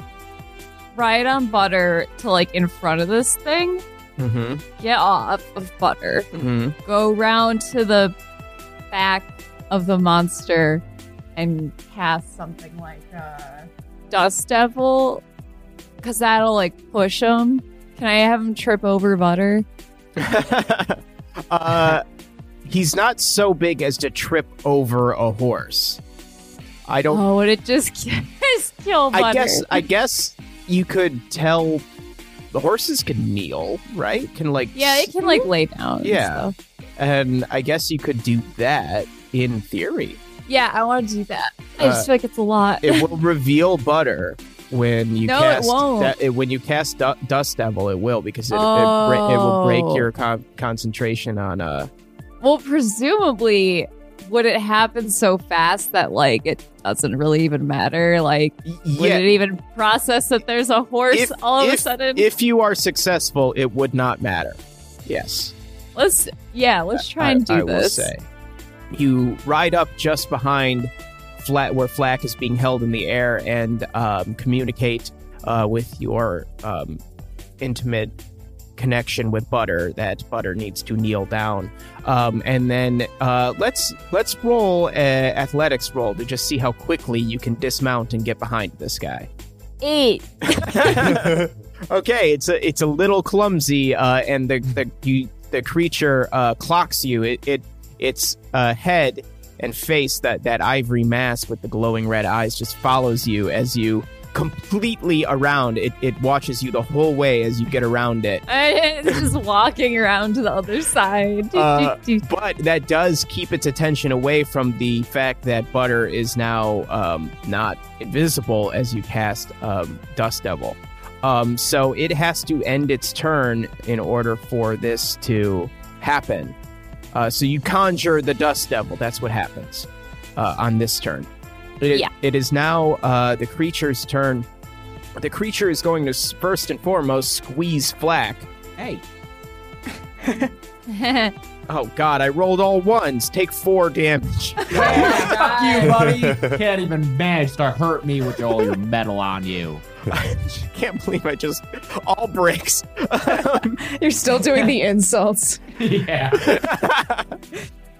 [SPEAKER 3] ride on butter to like in front of this thing,
[SPEAKER 2] Mm-hmm.
[SPEAKER 3] get off of butter,
[SPEAKER 2] Mm-hmm.
[SPEAKER 3] go round to the back of the monster, and cast something like a dust devil, because that'll like push him. Can I have him trip over butter?
[SPEAKER 2] uh, he's not so big as to trip over a horse. I don't.
[SPEAKER 3] Oh, would it just, just kill butter?
[SPEAKER 2] I guess. I guess you could tell the horses can kneel, right? Can like.
[SPEAKER 3] yeah, it can like lay down. and
[SPEAKER 2] Hmm? Yeah.
[SPEAKER 3] stuff.
[SPEAKER 2] And I guess you could do that in theory.
[SPEAKER 3] Yeah, I want to do that. I
[SPEAKER 2] Uh,
[SPEAKER 3] just feel like it's a lot.
[SPEAKER 2] It will reveal butter when you
[SPEAKER 3] No, it
[SPEAKER 2] cast.
[SPEAKER 3] won't.
[SPEAKER 2] that- it- when you cast du- Dust Devil, it will because it, it, bre- it will
[SPEAKER 3] Oh.
[SPEAKER 2] break your con- concentration on uh
[SPEAKER 3] well, presumably, would it happen so fast that like it doesn't really even matter? Like,
[SPEAKER 2] y-
[SPEAKER 3] would
[SPEAKER 2] yeah.
[SPEAKER 3] it even process that there's a horse
[SPEAKER 2] If-
[SPEAKER 3] all of
[SPEAKER 2] if-
[SPEAKER 3] a sudden?
[SPEAKER 2] If you are successful, it would not matter. Yes.
[SPEAKER 3] let's yeah, let's try and do
[SPEAKER 2] I, I will
[SPEAKER 3] this.
[SPEAKER 2] say. You ride up just behind Flat, where Flack is being held in the air, and um, communicate uh, with your um, intimate connection with Butter that Butter needs to kneel down. Um, and then uh, let's let's roll a athletics roll to just see how quickly you can dismount and get behind this guy.
[SPEAKER 3] Eight.
[SPEAKER 2] Okay, it's a it's a little clumsy, uh, and the the you, the creature uh, clocks you. It, it its uh, head and face that that ivory mask with the glowing red eyes just follows you as you completely around. It it watches you the whole way as you get around it.
[SPEAKER 3] it's just walking around to the other side. Do,
[SPEAKER 2] Uh,
[SPEAKER 3] do, do.
[SPEAKER 2] But that does keep its attention away from the fact that Butter is now um, not invisible as you cast um, Dust Devil. Um, so it has to end its turn in order for this to happen. Uh, so you conjure the Dust Devil. That's what happens uh, on this turn. It-
[SPEAKER 3] Yeah.
[SPEAKER 2] it is now uh, the creature's turn. The creature is going to s- first and foremost squeeze Flack.
[SPEAKER 4] Hey,
[SPEAKER 2] Oh God! I rolled all ones. Take four damage.
[SPEAKER 4] fuck you, buddy. You can't even manage to hurt me with all your metal on you.
[SPEAKER 2] Can't believe I just all breaks.
[SPEAKER 6] You're still doing the insults.
[SPEAKER 4] yeah.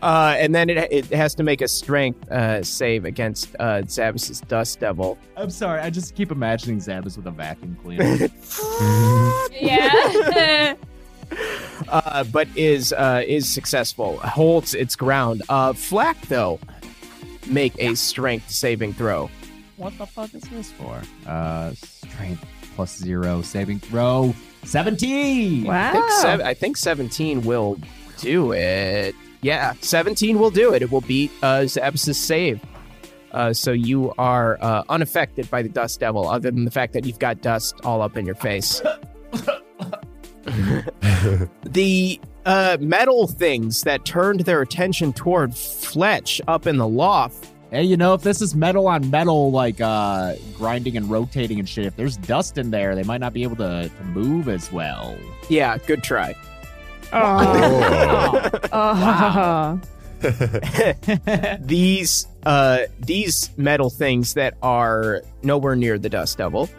[SPEAKER 2] Uh, and then it, it has to make a strength uh, save against uh, Zavis's Dust Devil.
[SPEAKER 4] I'm sorry. I just keep imagining Zabas with a vacuum cleaner.
[SPEAKER 3] yeah.
[SPEAKER 2] uh, but is uh, is successful, holds its ground. Uh, Flack though, make a strength saving throw.
[SPEAKER 4] what the fuck is this for? Uh, strength plus zero, saving throw. 17.
[SPEAKER 2] I think,
[SPEAKER 6] Wow.
[SPEAKER 2] sev- I think seventeen will do it. Yeah, seventeen will do it. It will beat uh, Zabs's save. Uh, so you are uh, unaffected by the Dust Devil, other than the fact that you've got dust all up in your face. the uh, metal things that turned their attention toward Fletch up in the loft
[SPEAKER 4] Hey, you know, if this is metal on metal, like uh, grinding and rotating and shit, if there's dust in there, they might not be able to, to move as well.
[SPEAKER 2] Yeah, good try.
[SPEAKER 6] Oh. Oh.
[SPEAKER 5] Oh.
[SPEAKER 2] These uh these metal things that are nowhere near the dust devil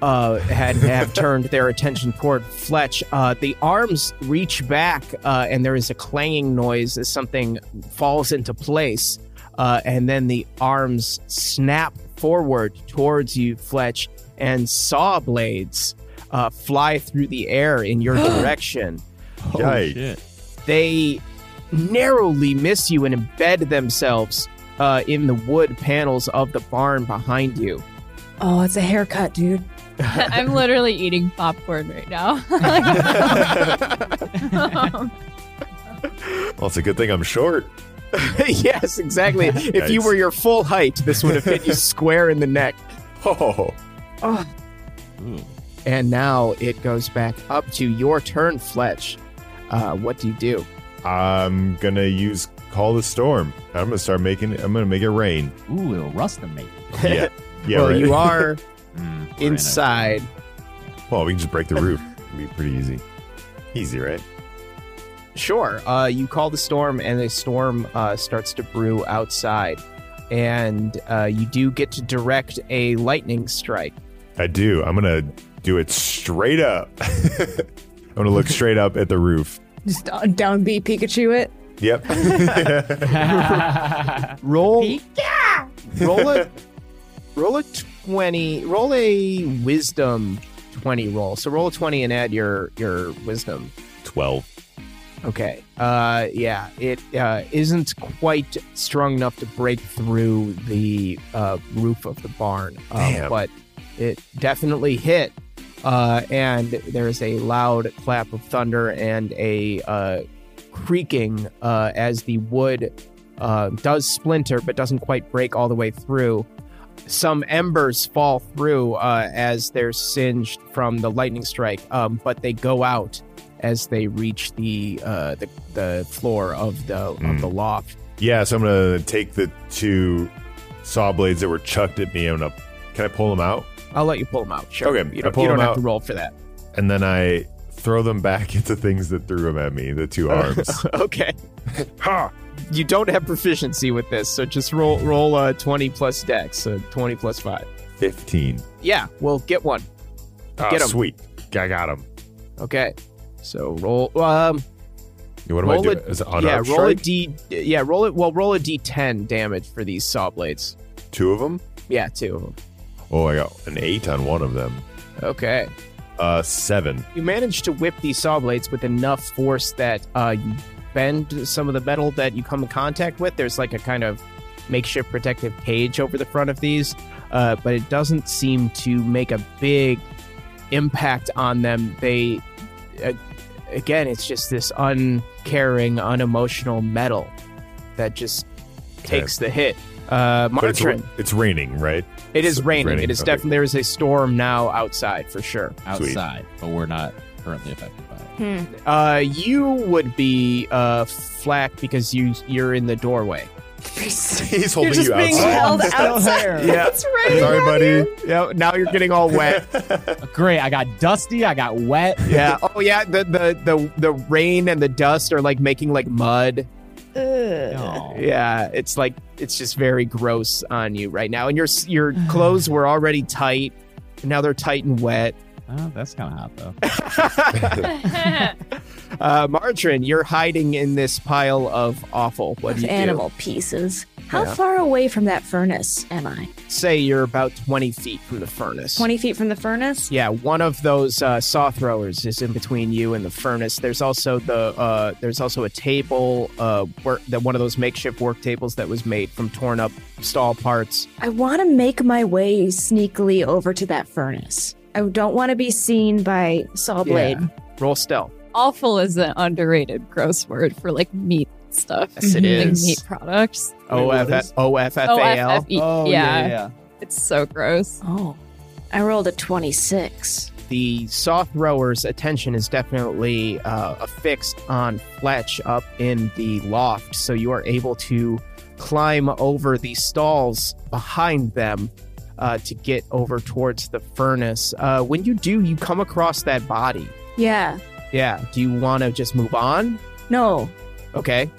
[SPEAKER 2] uh had have turned their attention toward Fletch. Uh the arms reach back uh and there is a clanging noise as something falls into place. Uh and then the arms snap forward towards you, Fletch, and saw blades uh fly through the air in your direction.
[SPEAKER 5] Yikes.
[SPEAKER 2] they narrowly miss you and embed themselves uh, in the wood panels of the barn behind you.
[SPEAKER 6] oh, it's a haircut, dude.
[SPEAKER 3] I'm literally eating popcorn right now. Like-
[SPEAKER 5] Well, it's a good thing I'm short.
[SPEAKER 2] yes, exactly. If you
[SPEAKER 5] Yikes.
[SPEAKER 2] were your full height, this would have hit you square in the neck.
[SPEAKER 5] Oh.
[SPEAKER 6] Oh.
[SPEAKER 2] And now it goes back up to your turn, Fletch. Uh, what do you do?
[SPEAKER 5] I'm gonna use call the storm. I'm gonna start making. I'm gonna make it rain.
[SPEAKER 4] Ooh, it'll rust them, mate.
[SPEAKER 5] Yeah. Yeah.
[SPEAKER 2] well,
[SPEAKER 5] right.
[SPEAKER 2] you are
[SPEAKER 4] Mm, we're in a-
[SPEAKER 2] inside.
[SPEAKER 5] Well, we can just break the roof. It'd be pretty easy. Easy, right?
[SPEAKER 2] Sure. Uh, you call the storm, and the storm uh, starts to brew outside. And uh, you do get to direct a lightning strike.
[SPEAKER 5] I do. I'm gonna do it straight up. I'm gonna look straight up at the roof.
[SPEAKER 6] Just down- downbeat Pikachu it.
[SPEAKER 5] Yep.
[SPEAKER 2] roll roll a roll a 20 roll a wisdom 20 roll so roll a 20 and add your your wisdom
[SPEAKER 5] Twelve.
[SPEAKER 2] okay uh yeah it uh isn't quite strong enough to break through the uh roof of the barn um,
[SPEAKER 5] Damn.
[SPEAKER 2] but it definitely hit uh and there is a loud clap of thunder and a uh creaking uh as the wood uh, does splinter but doesn't quite break all the way through. Some embers fall through uh, as they're singed from the lightning strike, um, but they go out as they reach the uh, the, the floor of the
[SPEAKER 5] Mm.
[SPEAKER 2] of the loft.
[SPEAKER 5] Yeah. So I'm gonna take the two saw blades that were chucked at me. I'm gonna. Can I pull them out?
[SPEAKER 2] I'll let you pull them out. Sure.
[SPEAKER 5] Okay,
[SPEAKER 2] you
[SPEAKER 5] I
[SPEAKER 2] don't,
[SPEAKER 5] pull
[SPEAKER 2] you don't
[SPEAKER 5] them
[SPEAKER 2] have
[SPEAKER 5] out.
[SPEAKER 2] to roll for that.
[SPEAKER 5] And then I throw them back at the things that threw them at me. The two arms.
[SPEAKER 2] Okay.
[SPEAKER 5] ha!
[SPEAKER 2] You don't have proficiency with this, so just roll roll uh, twenty plus dex, so twenty plus five.
[SPEAKER 5] Fifteen.
[SPEAKER 2] Yeah, we'll get one.
[SPEAKER 5] Ah,
[SPEAKER 2] Get 'em.
[SPEAKER 5] Sweet. I got him.
[SPEAKER 2] Okay. So roll. Um,
[SPEAKER 5] What am
[SPEAKER 2] Roll
[SPEAKER 5] I doing?
[SPEAKER 2] it-
[SPEAKER 5] Is it unarmed
[SPEAKER 2] yeah, roll a
[SPEAKER 5] strike?
[SPEAKER 2] d. Yeah, roll it. Well, roll a d10 damage for these saw blades.
[SPEAKER 5] Two of them.
[SPEAKER 2] Yeah, two of them.
[SPEAKER 5] Oh, I got an eight on one of them.
[SPEAKER 2] Okay,
[SPEAKER 5] Uh, seven.
[SPEAKER 2] you manage to whip these saw blades with enough force that uh, you bend some of the metal that you come in contact with. There's like a kind of makeshift protective cage over the front of these, uh, but it doesn't seem to make a big impact on them. They, uh, again, it's just this uncaring, unemotional metal that just takes the hit. Uh,
[SPEAKER 5] But it's,
[SPEAKER 2] Martrin,
[SPEAKER 5] it's raining, right?
[SPEAKER 2] it is
[SPEAKER 5] it's
[SPEAKER 2] raining.
[SPEAKER 5] raining,
[SPEAKER 2] It is
[SPEAKER 5] okay.
[SPEAKER 2] definitely there is a storm now outside for sure.
[SPEAKER 5] Sweet.
[SPEAKER 4] outside, but we're not currently affected by it.
[SPEAKER 2] Uh, you would be uh Flack because you you're in the doorway.
[SPEAKER 5] He's
[SPEAKER 6] You're
[SPEAKER 5] holding
[SPEAKER 6] just
[SPEAKER 5] you
[SPEAKER 6] being
[SPEAKER 2] Oh,
[SPEAKER 5] outside.
[SPEAKER 6] held outside.
[SPEAKER 2] Yeah,
[SPEAKER 6] It's raining.
[SPEAKER 5] Sorry, buddy.
[SPEAKER 2] yeah. Now you're getting all wet.
[SPEAKER 4] Great. I got dusty. I got wet.
[SPEAKER 2] Yeah. Oh yeah. The the the the rain and the dust are like making like mud.
[SPEAKER 4] No.
[SPEAKER 2] Yeah, it's like it's just very gross on you right now, and your your clothes were already tight. and Now they're tight and wet.
[SPEAKER 4] Oh, that's kind of hot though.
[SPEAKER 2] Uh, Martrin, you're hiding in this pile of awful. What do you
[SPEAKER 6] Animal pieces. How
[SPEAKER 2] Yeah.
[SPEAKER 6] far away from that furnace am I?
[SPEAKER 2] do? Say you're about twenty feet from the furnace.
[SPEAKER 6] 20 feet from the furnace?
[SPEAKER 2] Yeah, one of those uh, saw throwers is in between you and the furnace. There's also the uh, there's also a table, uh, work that one of those makeshift work tables that was made from torn up stall parts.
[SPEAKER 6] I want to make my way sneakily over to that furnace. I don't want to be seen by Sawblade.
[SPEAKER 2] Yeah. Roll stealth.
[SPEAKER 3] Awful is an underrated gross word for like meat stuff.
[SPEAKER 2] Yes, it
[SPEAKER 3] Like
[SPEAKER 2] is.
[SPEAKER 3] meat products.
[SPEAKER 2] O
[SPEAKER 4] what
[SPEAKER 2] F
[SPEAKER 4] is-
[SPEAKER 2] Mm-hmm. O F F E. A L.
[SPEAKER 3] OFFE. E. Oh, yeah. It's so gross.
[SPEAKER 6] Oh, I rolled a 26.
[SPEAKER 2] The saw thrower's attention is definitely uh, affixed on Fletch up in the loft, so you are able to climb over the stalls behind them uh, to get over towards the furnace. Uh, when you do, you come across that body.
[SPEAKER 6] Yeah.
[SPEAKER 2] Yeah. Do you want to just move on?
[SPEAKER 6] No,
[SPEAKER 2] Okay.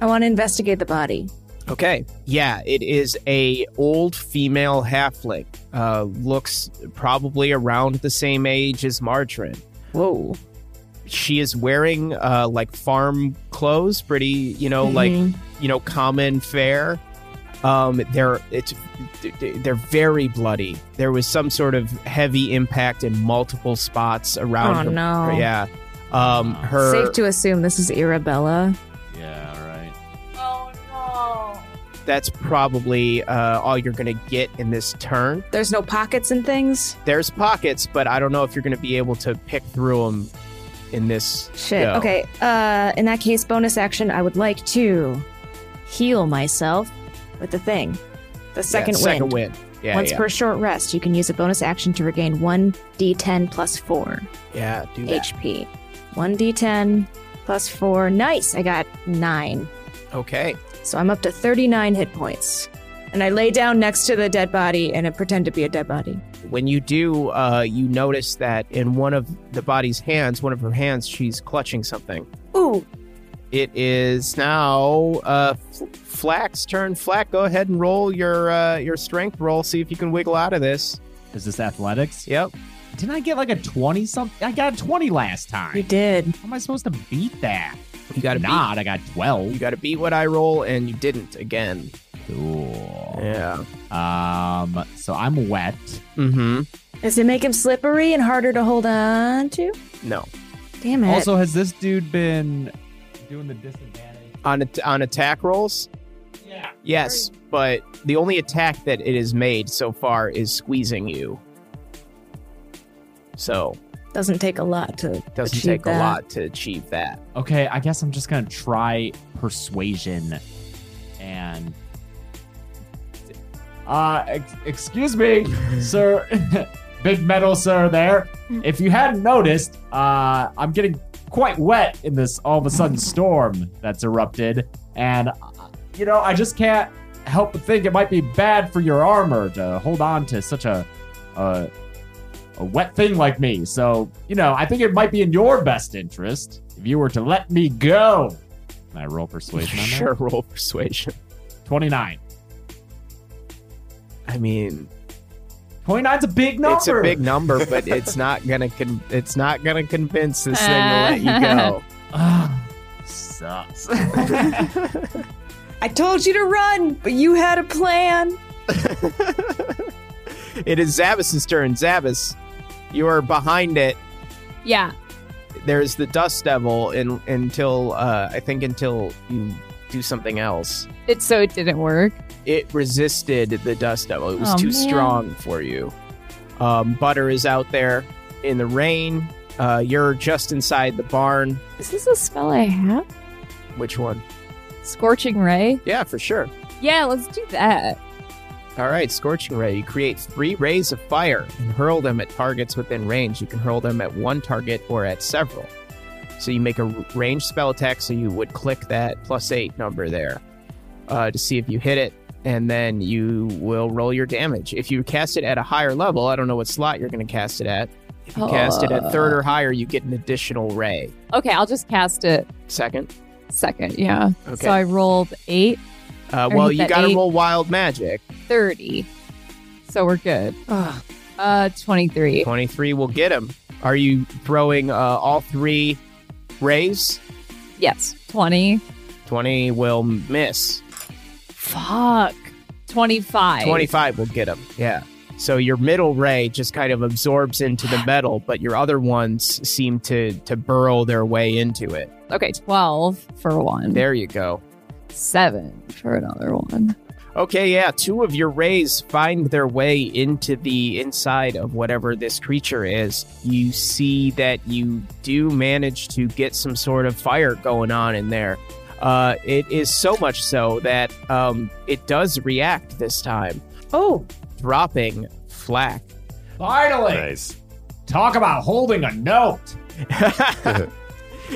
[SPEAKER 6] I want to investigate the body.
[SPEAKER 2] Okay. Yeah, it is a old female halfling. Uh, looks probably around the same age as Margarine.
[SPEAKER 6] Whoa.
[SPEAKER 2] she is wearing uh, like farm clothes, pretty you know
[SPEAKER 6] Mm-hmm.
[SPEAKER 2] like you know common fare. Um, they're it's they're very bloody. There was some sort of heavy impact in multiple spots around. her.
[SPEAKER 6] Oh, no.
[SPEAKER 2] Yeah, um, her
[SPEAKER 6] Safe to assume this is Arabella.
[SPEAKER 4] Yeah. All right.
[SPEAKER 3] Oh no.
[SPEAKER 2] that's probably uh, all you're gonna get in this turn.
[SPEAKER 6] There's no pockets and things.
[SPEAKER 2] There's pockets, but I don't know if you're gonna be able to pick through them in this.
[SPEAKER 6] Shit.
[SPEAKER 2] go.
[SPEAKER 6] Okay. Uh, in that case, bonus action. I would like to heal myself with the thing. The second
[SPEAKER 2] yeah,
[SPEAKER 6] wind.
[SPEAKER 2] Second win. Yeah,
[SPEAKER 6] Once
[SPEAKER 2] yeah,
[SPEAKER 6] per short rest, you can use a bonus action to regain one d10 plus four
[SPEAKER 2] yeah. Do that.
[SPEAKER 6] HP. One d10 plus four. Nice. I got nine.
[SPEAKER 2] Okay.
[SPEAKER 6] So I'm up to 39 hit points. And I lay down next to the dead body and I pretend to be a dead body.
[SPEAKER 2] When you do, uh, you notice that in one of the body's hands, one of her hands, she's clutching something.
[SPEAKER 6] Ooh,
[SPEAKER 2] It is now uh, F- Flack's turn. Flack, go ahead and roll your uh, your strength roll. See if you can wiggle out of this.
[SPEAKER 4] Is this athletics?
[SPEAKER 2] Yep.
[SPEAKER 4] Didn't I get like a twenty something? I got a twenty last
[SPEAKER 6] you
[SPEAKER 4] time.
[SPEAKER 6] did.
[SPEAKER 4] How am I supposed to beat that?
[SPEAKER 2] You got to beat.
[SPEAKER 4] not. I got
[SPEAKER 2] You
[SPEAKER 4] twelve.
[SPEAKER 2] got to beat what I roll, and you didn't again.
[SPEAKER 4] Cool.
[SPEAKER 2] Yeah.
[SPEAKER 4] Um. So I'm wet.
[SPEAKER 2] Mm-hmm.
[SPEAKER 6] Does it make him slippery and harder to hold on to?
[SPEAKER 2] No.
[SPEAKER 6] Damn it.
[SPEAKER 4] Also, has this dude been doing the disadvantage?
[SPEAKER 2] On at- on attack rolls,
[SPEAKER 4] Yeah.
[SPEAKER 2] yes, but the only attack that it has made so far is squeezing you. So
[SPEAKER 6] doesn't take a lot to
[SPEAKER 2] doesn't
[SPEAKER 6] achieve
[SPEAKER 2] take
[SPEAKER 6] that.
[SPEAKER 2] a lot to achieve that.
[SPEAKER 4] Okay. I guess I'm just gonna try persuasion, and. Uh, ex- excuse me, sir. Big metal, sir. There. If you hadn't noticed, uh, I'm getting quite wet in this all of a sudden storm that's erupted, and uh, you know I just can't help but think it might be bad for your armor to hold on to such a a, a wet thing like me. So you know I think it might be in your best interest if you were to let me go. Can I roll persuasion on that?
[SPEAKER 2] sure, roll persuasion.
[SPEAKER 4] Twenty nine.
[SPEAKER 2] I mean,
[SPEAKER 4] 29's a big number.
[SPEAKER 2] it's a big number, but it's not gonna con- it's not gonna convince this thing to let you go.
[SPEAKER 4] Ah, sucks.
[SPEAKER 6] I told you to run, but you had a plan.
[SPEAKER 2] It is Zavis's turn. Zavis, you are behind it.
[SPEAKER 3] Yeah.
[SPEAKER 2] There's the Dust Devil in, until uh, I think until you do something else.
[SPEAKER 3] It so it didn't work.
[SPEAKER 2] It resisted the Dust Devil. It was
[SPEAKER 3] Oh,
[SPEAKER 2] too
[SPEAKER 3] man.
[SPEAKER 2] strong for you. Um, Butter is out there in the rain. Uh, you're just inside the barn.
[SPEAKER 3] Is this a spell I have?
[SPEAKER 2] Which one?
[SPEAKER 3] Scorching ray.
[SPEAKER 2] Yeah, for sure.
[SPEAKER 3] Yeah, let's do that.
[SPEAKER 2] All right, Scorching Ray. You create three rays of fire and hurl them at targets within range. You can hurl them at one target or at several. So you make a r- range spell attack, so you would click that plus eight number there uh, to see if you hit it, and then you will roll your damage. If you cast it at a higher level, I don't know what slot you're going to cast it at. If you cast it at third or
[SPEAKER 3] Uh.
[SPEAKER 2] higher, you get an additional ray.
[SPEAKER 3] Okay, I'll just cast it
[SPEAKER 2] Second.
[SPEAKER 3] second. Yeah.
[SPEAKER 2] Okay.
[SPEAKER 3] So I rolled eight,
[SPEAKER 2] Uh,
[SPEAKER 3] or
[SPEAKER 2] well,
[SPEAKER 3] hit
[SPEAKER 2] you
[SPEAKER 3] that
[SPEAKER 2] got to
[SPEAKER 3] eight.
[SPEAKER 2] roll wild magic.
[SPEAKER 3] 30. So we're good. Uh, 23.
[SPEAKER 2] 23 will get him. Are you throwing uh, all three rays?
[SPEAKER 3] Yes. 20.
[SPEAKER 2] 20 will miss.
[SPEAKER 3] Fuck. 25.
[SPEAKER 2] 25 will get him. Yeah. So your middle ray just kind of absorbs into the metal, but your other ones seem to to burrow their way into it.
[SPEAKER 3] Okay, 12 for one.
[SPEAKER 2] There you go.
[SPEAKER 3] Seven for another one.
[SPEAKER 2] Okay, yeah, two of your rays find their way into the inside of whatever this creature is. You see that you do manage to get some sort of fire going on in there. Uh, it is so much so that um, it does react this time,
[SPEAKER 6] Oh,
[SPEAKER 2] dropping flak.
[SPEAKER 4] Finally,
[SPEAKER 5] Nice.
[SPEAKER 4] talk about holding a note.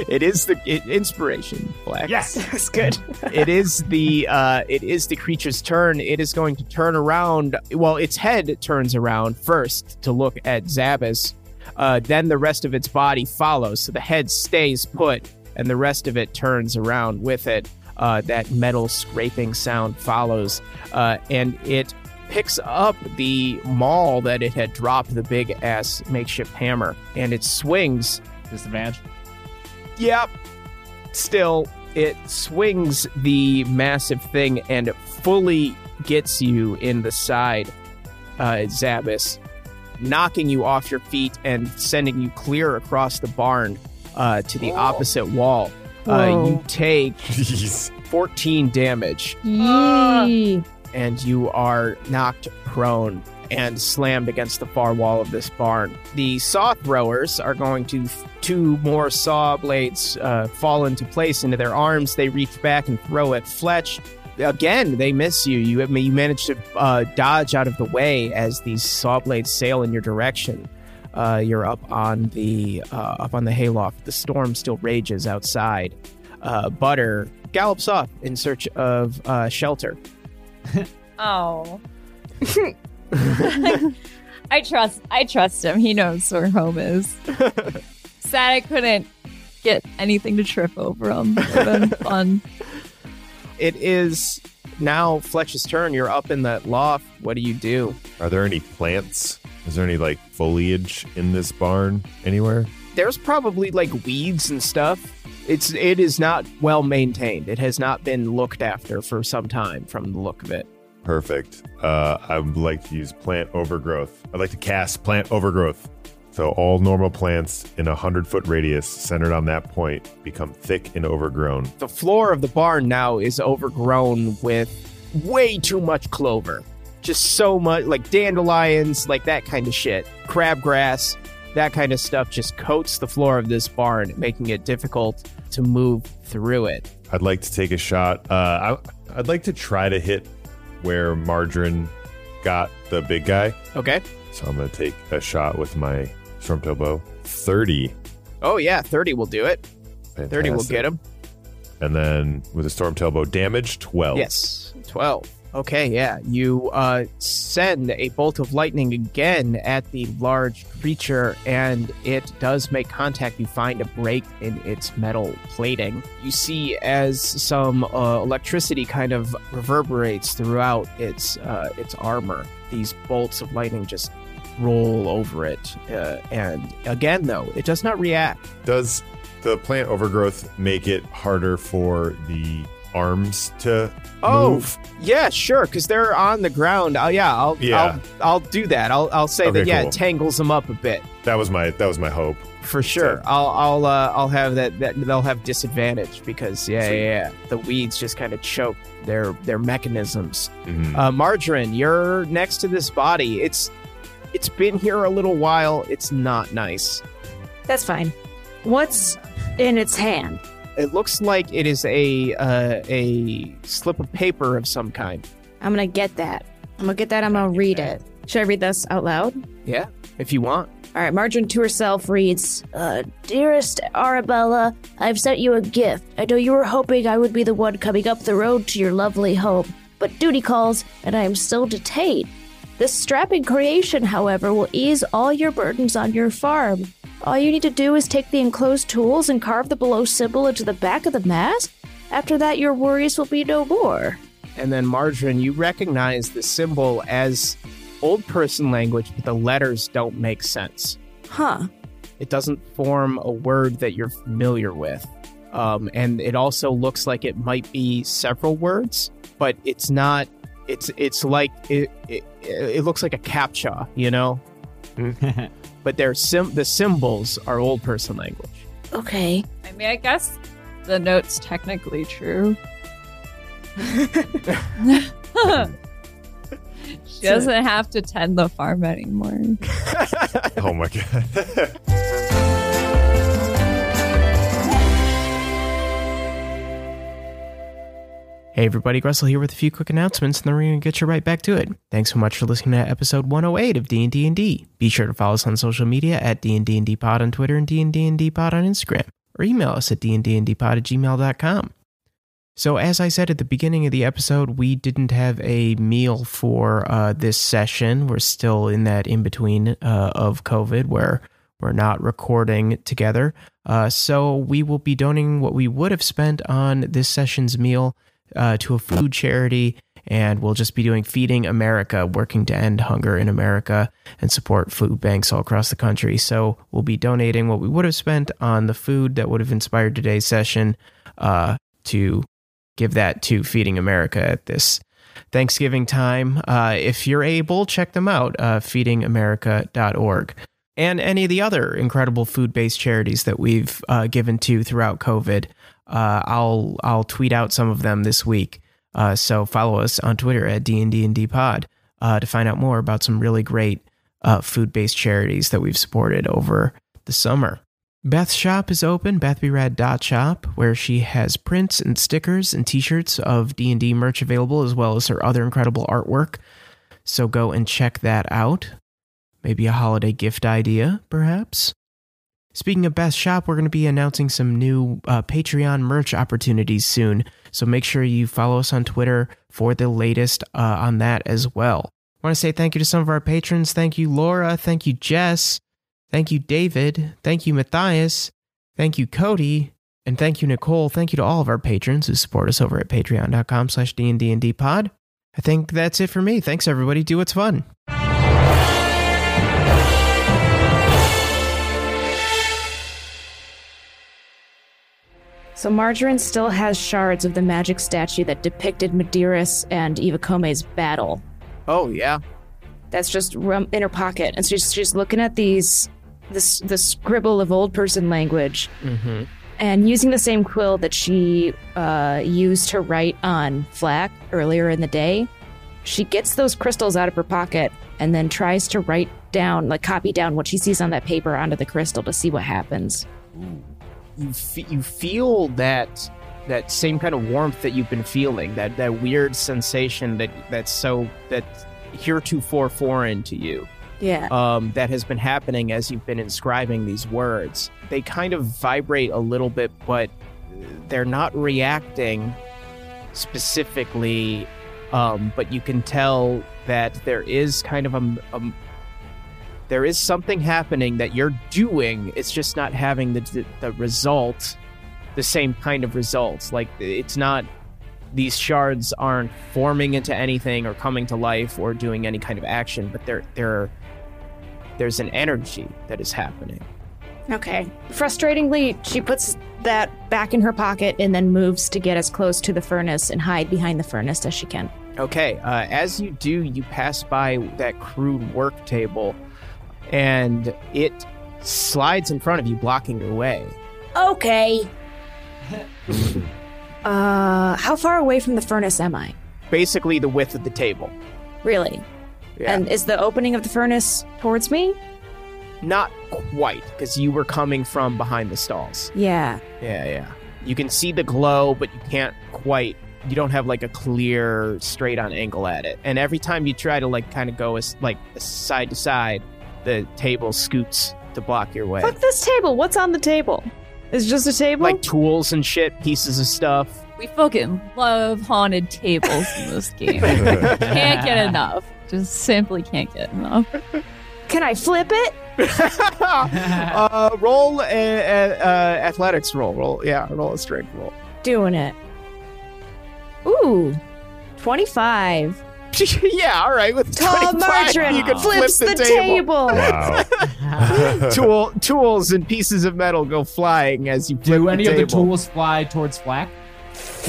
[SPEAKER 2] It is the it, inspiration flak.
[SPEAKER 4] Yes.
[SPEAKER 6] that's good.
[SPEAKER 2] it is the uh, it is the creature's turn. It is going to turn around. Well, its head turns around first to look at Zabbis. Uh, then the rest of its body follows. So the head stays put, and the rest of it turns around with it. Uh, that metal scraping sound follows, uh, and it picks up the maul that it had dropped the big ass makeshift hammer, and it swings
[SPEAKER 4] Disadvantage.
[SPEAKER 2] Yep. Still, it swings the massive thing and fully gets you in the side, uh, Zabbis, knocking you off your feet and sending you clear across the barn uh, to the opposite wall. Uh,
[SPEAKER 6] Whoa.
[SPEAKER 2] you take
[SPEAKER 5] Jeez.
[SPEAKER 2] 14 damage and you are knocked prone and slammed against the far wall of this barn. The saw throwers are going to two more saw blades uh, fall into place into their arms. They reach back and throw at Fletch. Again, they miss you. You, you manage to uh, dodge out of the way as these saw blades sail in your direction. Uh, you're up on the uh, up on the hayloft. The storm still rages outside. Uh, Butter gallops off in search of uh, shelter.
[SPEAKER 3] Oh. I trust I trust him. He knows where home is. Sad I couldn't get anything to trip over him. Would've been fun.
[SPEAKER 2] It is now Fletch's turn. You're up in that loft. What do you do?
[SPEAKER 5] Are there any plants? Is there any like foliage in this barn anywhere?
[SPEAKER 2] There's probably like weeds and stuff. It's it is not well maintained. It has not been looked after for some time from the look of it.
[SPEAKER 5] Perfect. Uh, I would like to use plant overgrowth. I'd like to cast plant overgrowth. So all normal plants in a hundred foot radius centered on that point become thick and overgrown.
[SPEAKER 2] The floor of the barn now is overgrown with way too much clover. Just so much like dandelions, like that kind of shit. Crabgrass, that kind of stuff just coats the floor of this barn, making it difficult to move through it.
[SPEAKER 5] I'd like to take a shot. Uh, I, I'd like to try to hit where Margarine got the big guy.
[SPEAKER 2] Okay?
[SPEAKER 5] So I'm going to take a shot with my Stormtail bow. 30.
[SPEAKER 2] Oh yeah, 30 will do it. 30 will
[SPEAKER 5] Fantastic.
[SPEAKER 2] get him.
[SPEAKER 5] And then with a Stormtail bow, damage 12.
[SPEAKER 2] Yes, 12. Okay, yeah. You uh, send a bolt of lightning again at the large creature, and it does make contact. You find a break in its metal plating. You see as some uh, electricity kind of reverberates throughout its uh, its armor. These bolts of lightning just roll over it, uh, and again, though, it does not react.
[SPEAKER 5] Does the plant overgrowth make it harder for the arms to
[SPEAKER 2] Oh,
[SPEAKER 5] move?
[SPEAKER 2] Yeah, sure, because they're on the ground. Oh, yeah, I'll,
[SPEAKER 5] Yeah.
[SPEAKER 2] I'll, I'll do that. I'll, I'll say that.
[SPEAKER 5] Okay,
[SPEAKER 2] Yeah,
[SPEAKER 5] cool.
[SPEAKER 2] it tangles them up a bit
[SPEAKER 5] That was my that was my hope.
[SPEAKER 2] for sure.
[SPEAKER 5] Sure.
[SPEAKER 2] I'll, I'll, uh, I'll have that. That they'll have disadvantage because yeah, yeah, yeah. The weeds just kind of choke their their mechanisms.
[SPEAKER 5] Mhm.
[SPEAKER 2] Uh, Margarine, you're next to this body. It's it's been here a little while. It's not nice.
[SPEAKER 6] That's fine. What's in its hand?
[SPEAKER 2] It looks like it is a uh, a slip of paper of some kind.
[SPEAKER 6] I'm gonna get that. I'm gonna get that. I'm gonna read it. Should I read this out loud?
[SPEAKER 2] Yeah, if you want.
[SPEAKER 6] All right, Margarine to herself reads, uh, Dearest Arabella, I've sent you a gift. I know you were hoping I would be the one coming up the road to your lovely home, but duty calls, and I am still detained. This strapping creation, however, will ease all your burdens on your farm. All you need to do is take the enclosed tools and carve the below symbol into the back of the mask. After that, your worries will be no more.
[SPEAKER 2] And then margarine, you recognize the symbol as old person language, but the letters don't make sense.
[SPEAKER 6] Huh.
[SPEAKER 2] It doesn't form a word that you're familiar with. Um, and it also looks like it might be several words, but it's not. It's it's like it it, it looks like a captcha, you know. But their sim- the symbols are old person language.
[SPEAKER 6] Okay.
[SPEAKER 3] I mean, I guess the note's technically true. she doesn't have to tend the farm anymore.
[SPEAKER 5] Oh my god.
[SPEAKER 1] Hey everybody, Russell here with a few quick announcements, and then we're going to get you right back to it. Thanks so much for listening to episode 108 of D&D and D. Be sure to follow us on social media at D&D and D Pod on Twitter and D&D and D Pod on Instagram, or email us at D&D and D Pod at gmail.com. So as I said at the beginning of the episode, we didn't have a meal for uh, this session. We're still in that in-between uh, of COVID where we're not recording together. Uh, so we will be donating what we would have spent on this session's meal uh, to a food charity, and we'll just be doing Feeding America, working to end hunger in America and support food banks all across the country. So we'll be donating what we would have spent on the food that would have inspired today's session uh, to give that to Feeding America at this Thanksgiving time. Uh, if you're able, check them out, uh, feedingamerica.org. And any of the other incredible food based charities that we've uh, given to throughout COVID. Uh, I'll I'll tweet out some of them this week. Uh, so follow us on Twitter at D&D and D Pod uh, to find out more about some really great uh, food-based charities that we've supported over the summer. Beth's shop is open, bethbyrad.shop, where she has prints and stickers and t-shirts of D&D merch available as well as her other incredible artwork. So go and check that out. Maybe a holiday gift idea, perhaps. Speaking of Best Shop, we're going to be announcing some new uh, Patreon merch opportunities soon. So make sure you follow us on Twitter for the latest uh, on that as well. want to say thank you to some of our patrons. Thank you, Laura. Thank you, Jess. Thank you, David. Thank you, Matthias. Thank you, Cody. And thank you, Nicole. Thank you to all of our patrons who support us over at patreon.com slash dnddpod. I think that's it for me. Thanks, everybody. Do what's fun.
[SPEAKER 6] So Margarine still has shards of the magic statue that depicted Medeiros and Ivacome's battle.
[SPEAKER 2] Oh yeah,
[SPEAKER 6] That's just rum in her pocket, and so she's, she's looking at these, this the scribble of old person language,
[SPEAKER 1] Mm-hmm.
[SPEAKER 6] and using the same quill that she uh, used to write on Flack earlier in the day. She gets those crystals out of her pocket and then tries to write down, like copy down what she sees on that paper onto the crystal to see what happens.
[SPEAKER 2] you fe- you feel that that same kind of warmth that you've been feeling that that weird sensation that that's so that's heretofore foreign to you
[SPEAKER 6] Yeah.
[SPEAKER 2] um, that has been happening as you've been inscribing these words they kind of vibrate a little bit but they're not reacting specifically um, but you can tell that there is kind of a, a there is something happening that you're doing it's just not having the the result the same kind of results like it's not these shards aren't forming into anything or coming to life or doing any kind of action but there there there's an energy that is happening
[SPEAKER 6] Okay. Frustratingly, she puts that back in her pocket and then moves to get as close to the furnace and hide behind the furnace as she can.
[SPEAKER 2] Okay, uh, as you do, you pass by that crude work table and it slides in front of you, blocking your way.
[SPEAKER 6] Okay. uh, how far away from the furnace am I?
[SPEAKER 2] Basically, the width of the table.
[SPEAKER 6] Really?
[SPEAKER 2] Yeah.
[SPEAKER 6] And is the opening of the furnace towards me?
[SPEAKER 2] Not quite, because you were coming from behind the stalls.
[SPEAKER 6] Yeah.
[SPEAKER 2] Yeah, yeah. You can see the glow, but you can't quite. You don't have like a clear, straight on angle at it. And every time you try to like kind of go as, like side to side, the table scoots to block your way.
[SPEAKER 6] Fuck this table. What's on the table? It's just a table.
[SPEAKER 2] Like tools and shit, pieces of stuff.
[SPEAKER 3] We fucking love haunted tables in this game. can't get enough. Just simply can't get enough.
[SPEAKER 6] Can I flip it?
[SPEAKER 4] Uh-huh.
[SPEAKER 2] uh, roll a, a, uh, athletics roll. Roll yeah, roll a strength roll.
[SPEAKER 6] Doing it. Ooh, 25.
[SPEAKER 2] yeah, all right. With
[SPEAKER 6] Tall
[SPEAKER 2] 25,
[SPEAKER 6] Margarine
[SPEAKER 2] you could
[SPEAKER 6] flips
[SPEAKER 2] flip
[SPEAKER 6] the,
[SPEAKER 2] the,
[SPEAKER 6] table.
[SPEAKER 5] Wow.
[SPEAKER 2] Tool, tools and pieces of metal go flying as you flip
[SPEAKER 4] Do any
[SPEAKER 2] the
[SPEAKER 4] of
[SPEAKER 2] table.
[SPEAKER 4] the tools fly towards Flack?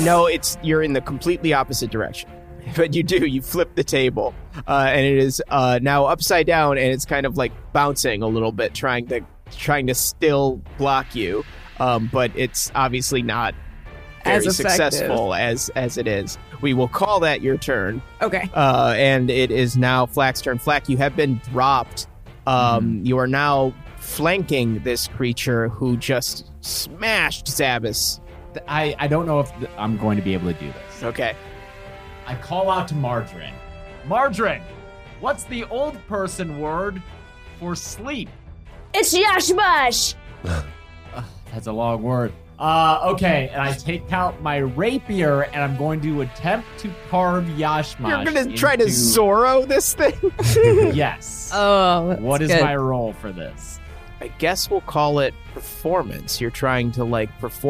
[SPEAKER 2] No, it's you're in the completely opposite direction. But you do, you flip the table, uh, and it is uh, now upside down, and it's kind of like bouncing a little bit, trying to trying to still block you. Um, but it's obviously not very
[SPEAKER 6] As effective.
[SPEAKER 2] successful as as it is. We will call that your turn,
[SPEAKER 6] Okay.
[SPEAKER 2] uh, and it is now Flack's turn. Flack, you have been dropped. Um,
[SPEAKER 6] Mm-hmm.
[SPEAKER 2] You are now flanking this creature who just smashed Zabas.
[SPEAKER 4] Th- I, I don't know if th- I'm going to be able to do this.
[SPEAKER 2] Okay.
[SPEAKER 4] I call out to Margarine. Margarine, what's the old person word for sleep?
[SPEAKER 6] It's Yash Mush.
[SPEAKER 4] Ugh, that's a long word. Uh, okay, and I take out my rapier and I'm going to attempt to carve Yashmash.
[SPEAKER 2] You're gonna try to
[SPEAKER 4] into-
[SPEAKER 2] Zorro this thing?
[SPEAKER 4] Yes.
[SPEAKER 3] Oh, that's
[SPEAKER 4] what is
[SPEAKER 3] good.
[SPEAKER 4] my role for this?
[SPEAKER 2] I guess we'll call it performance. You're trying to like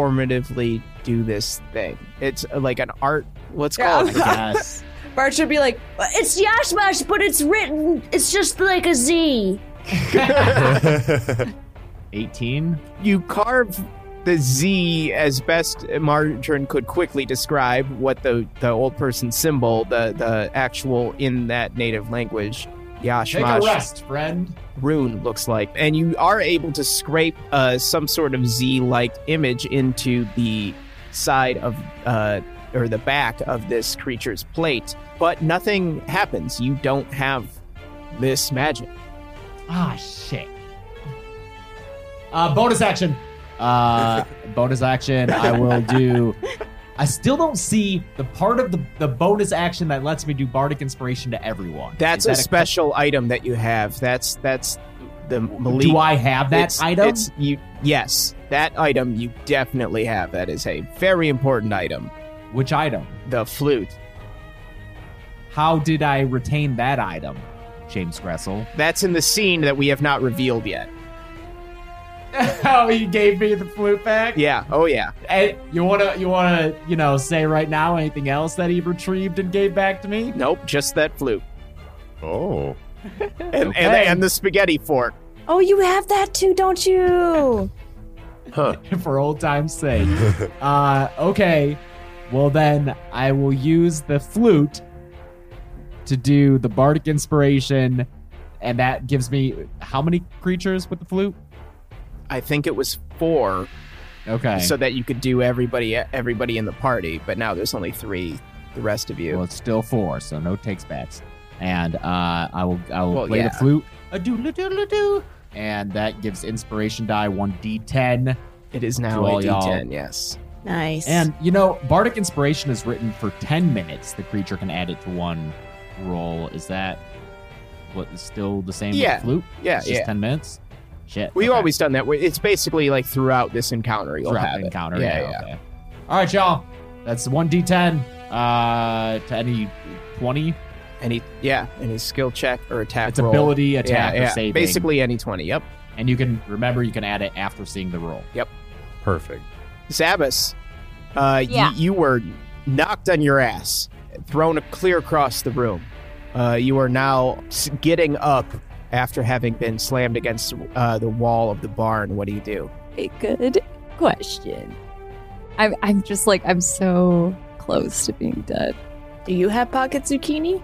[SPEAKER 2] performatively do this thing. It's uh, like an art. What's
[SPEAKER 6] Yeah.
[SPEAKER 2] called?
[SPEAKER 4] Yes.
[SPEAKER 6] Bart should be like, it's Yash Mush, but it's written, it's just like a Z.
[SPEAKER 4] 18.
[SPEAKER 2] you carve the Z as best Margarine could quickly describe what the the old person symbol, the the actual in that native language,
[SPEAKER 4] Take
[SPEAKER 2] Yashmash.
[SPEAKER 4] a rest, friend.
[SPEAKER 2] rune looks like. And you are able to scrape uh, some sort of Z like image into the side of, uh, or the back of this creature's plate, but nothing happens. You don't have this magic.
[SPEAKER 4] Ah, shit. Uh, bonus action. Uh, bonus action. I will do. I still don't see the part of the, the bonus action that lets me do bardic inspiration to everyone.
[SPEAKER 2] That's
[SPEAKER 4] Is
[SPEAKER 2] a
[SPEAKER 4] that
[SPEAKER 2] special item that you have. That's that's the Malik.
[SPEAKER 4] Do I have that
[SPEAKER 2] it's,
[SPEAKER 4] item?
[SPEAKER 2] It's, you, yes, that item you definitely have. That is a very important item.
[SPEAKER 4] Which item?
[SPEAKER 2] The flute.
[SPEAKER 4] How did I retain that item, James Gressel?
[SPEAKER 2] That's in the scene that we have not revealed yet.
[SPEAKER 4] oh, you gave me the flute back.
[SPEAKER 2] Yeah. Oh yeah.
[SPEAKER 4] Hey, you wanna, you wanna, you know, say right now anything else that he retrieved and gave back to me?
[SPEAKER 2] Nope. Just that flute.
[SPEAKER 5] oh.
[SPEAKER 2] and, and,
[SPEAKER 4] Okay.
[SPEAKER 2] and the spaghetti fork.
[SPEAKER 6] Oh, you have that too, don't you?
[SPEAKER 4] for old time's sake. uh, okay. Well, then I will use the flute to do the bardic inspiration, and that gives me how many creatures with the flute?
[SPEAKER 2] I think it was four,
[SPEAKER 4] Okay.
[SPEAKER 2] so that you could do everybody everybody in the party. But now there's only three. The rest of you.
[SPEAKER 4] well, it's still four, so no takes backs. And uh, I will I will
[SPEAKER 2] Well,
[SPEAKER 4] play
[SPEAKER 2] yeah.
[SPEAKER 4] the flute. A doodle doodle doo. And that gives inspiration die one d10.
[SPEAKER 2] it is
[SPEAKER 4] to
[SPEAKER 2] now
[SPEAKER 4] all
[SPEAKER 2] a
[SPEAKER 4] y'all.
[SPEAKER 2] D10. Yes.
[SPEAKER 6] Nice.
[SPEAKER 4] And you know, bardic inspiration is written for ten minutes. The creature can add it to one roll. Is that what is still the same?
[SPEAKER 2] Yeah.
[SPEAKER 4] With the flute?
[SPEAKER 2] Yeah.
[SPEAKER 4] It's just
[SPEAKER 2] Yeah.
[SPEAKER 4] ten minutes. Shit.
[SPEAKER 2] We've
[SPEAKER 4] okay.
[SPEAKER 2] always done that. We- It's basically like throughout this encounter you'll
[SPEAKER 4] Throughout
[SPEAKER 2] have
[SPEAKER 4] the
[SPEAKER 2] it.
[SPEAKER 4] encounter.
[SPEAKER 2] Yeah,
[SPEAKER 4] Yeah. Okay. All right, y'all. That's one d10 uh, to any twenty.
[SPEAKER 2] Any yeah, any skill check or attack
[SPEAKER 4] It's
[SPEAKER 2] roll.
[SPEAKER 4] ability,
[SPEAKER 2] Yeah,
[SPEAKER 4] attack,
[SPEAKER 2] yeah.
[SPEAKER 4] or saving.
[SPEAKER 2] Basically any twenty. Yep.
[SPEAKER 4] and you can remember you can add it after seeing the roll.
[SPEAKER 5] Perfect.
[SPEAKER 2] Zabas, uh,
[SPEAKER 3] Yeah.
[SPEAKER 2] y- you were knocked on your ass, thrown clear across the room. Uh, you are now s- getting up after having been slammed against uh, the wall of the barn. What do you do?
[SPEAKER 3] a good question. I'm, I'm just like, I'm so close to being dead.
[SPEAKER 6] do you have pocket zucchini?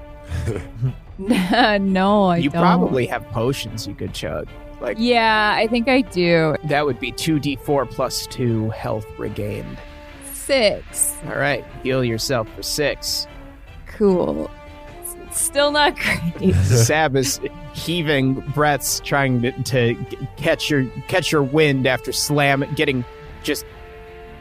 [SPEAKER 3] no, I
[SPEAKER 2] you
[SPEAKER 3] don't.
[SPEAKER 2] probably have potions you could chug. Like
[SPEAKER 3] Yeah, I think I do.
[SPEAKER 2] that would be two d four plus two health regained.
[SPEAKER 3] Six.
[SPEAKER 2] All right, heal yourself for six.
[SPEAKER 3] Cool. S- Still not great.
[SPEAKER 2] Zabas heaving breaths, trying to, to g- catch your catch your wind after slam getting just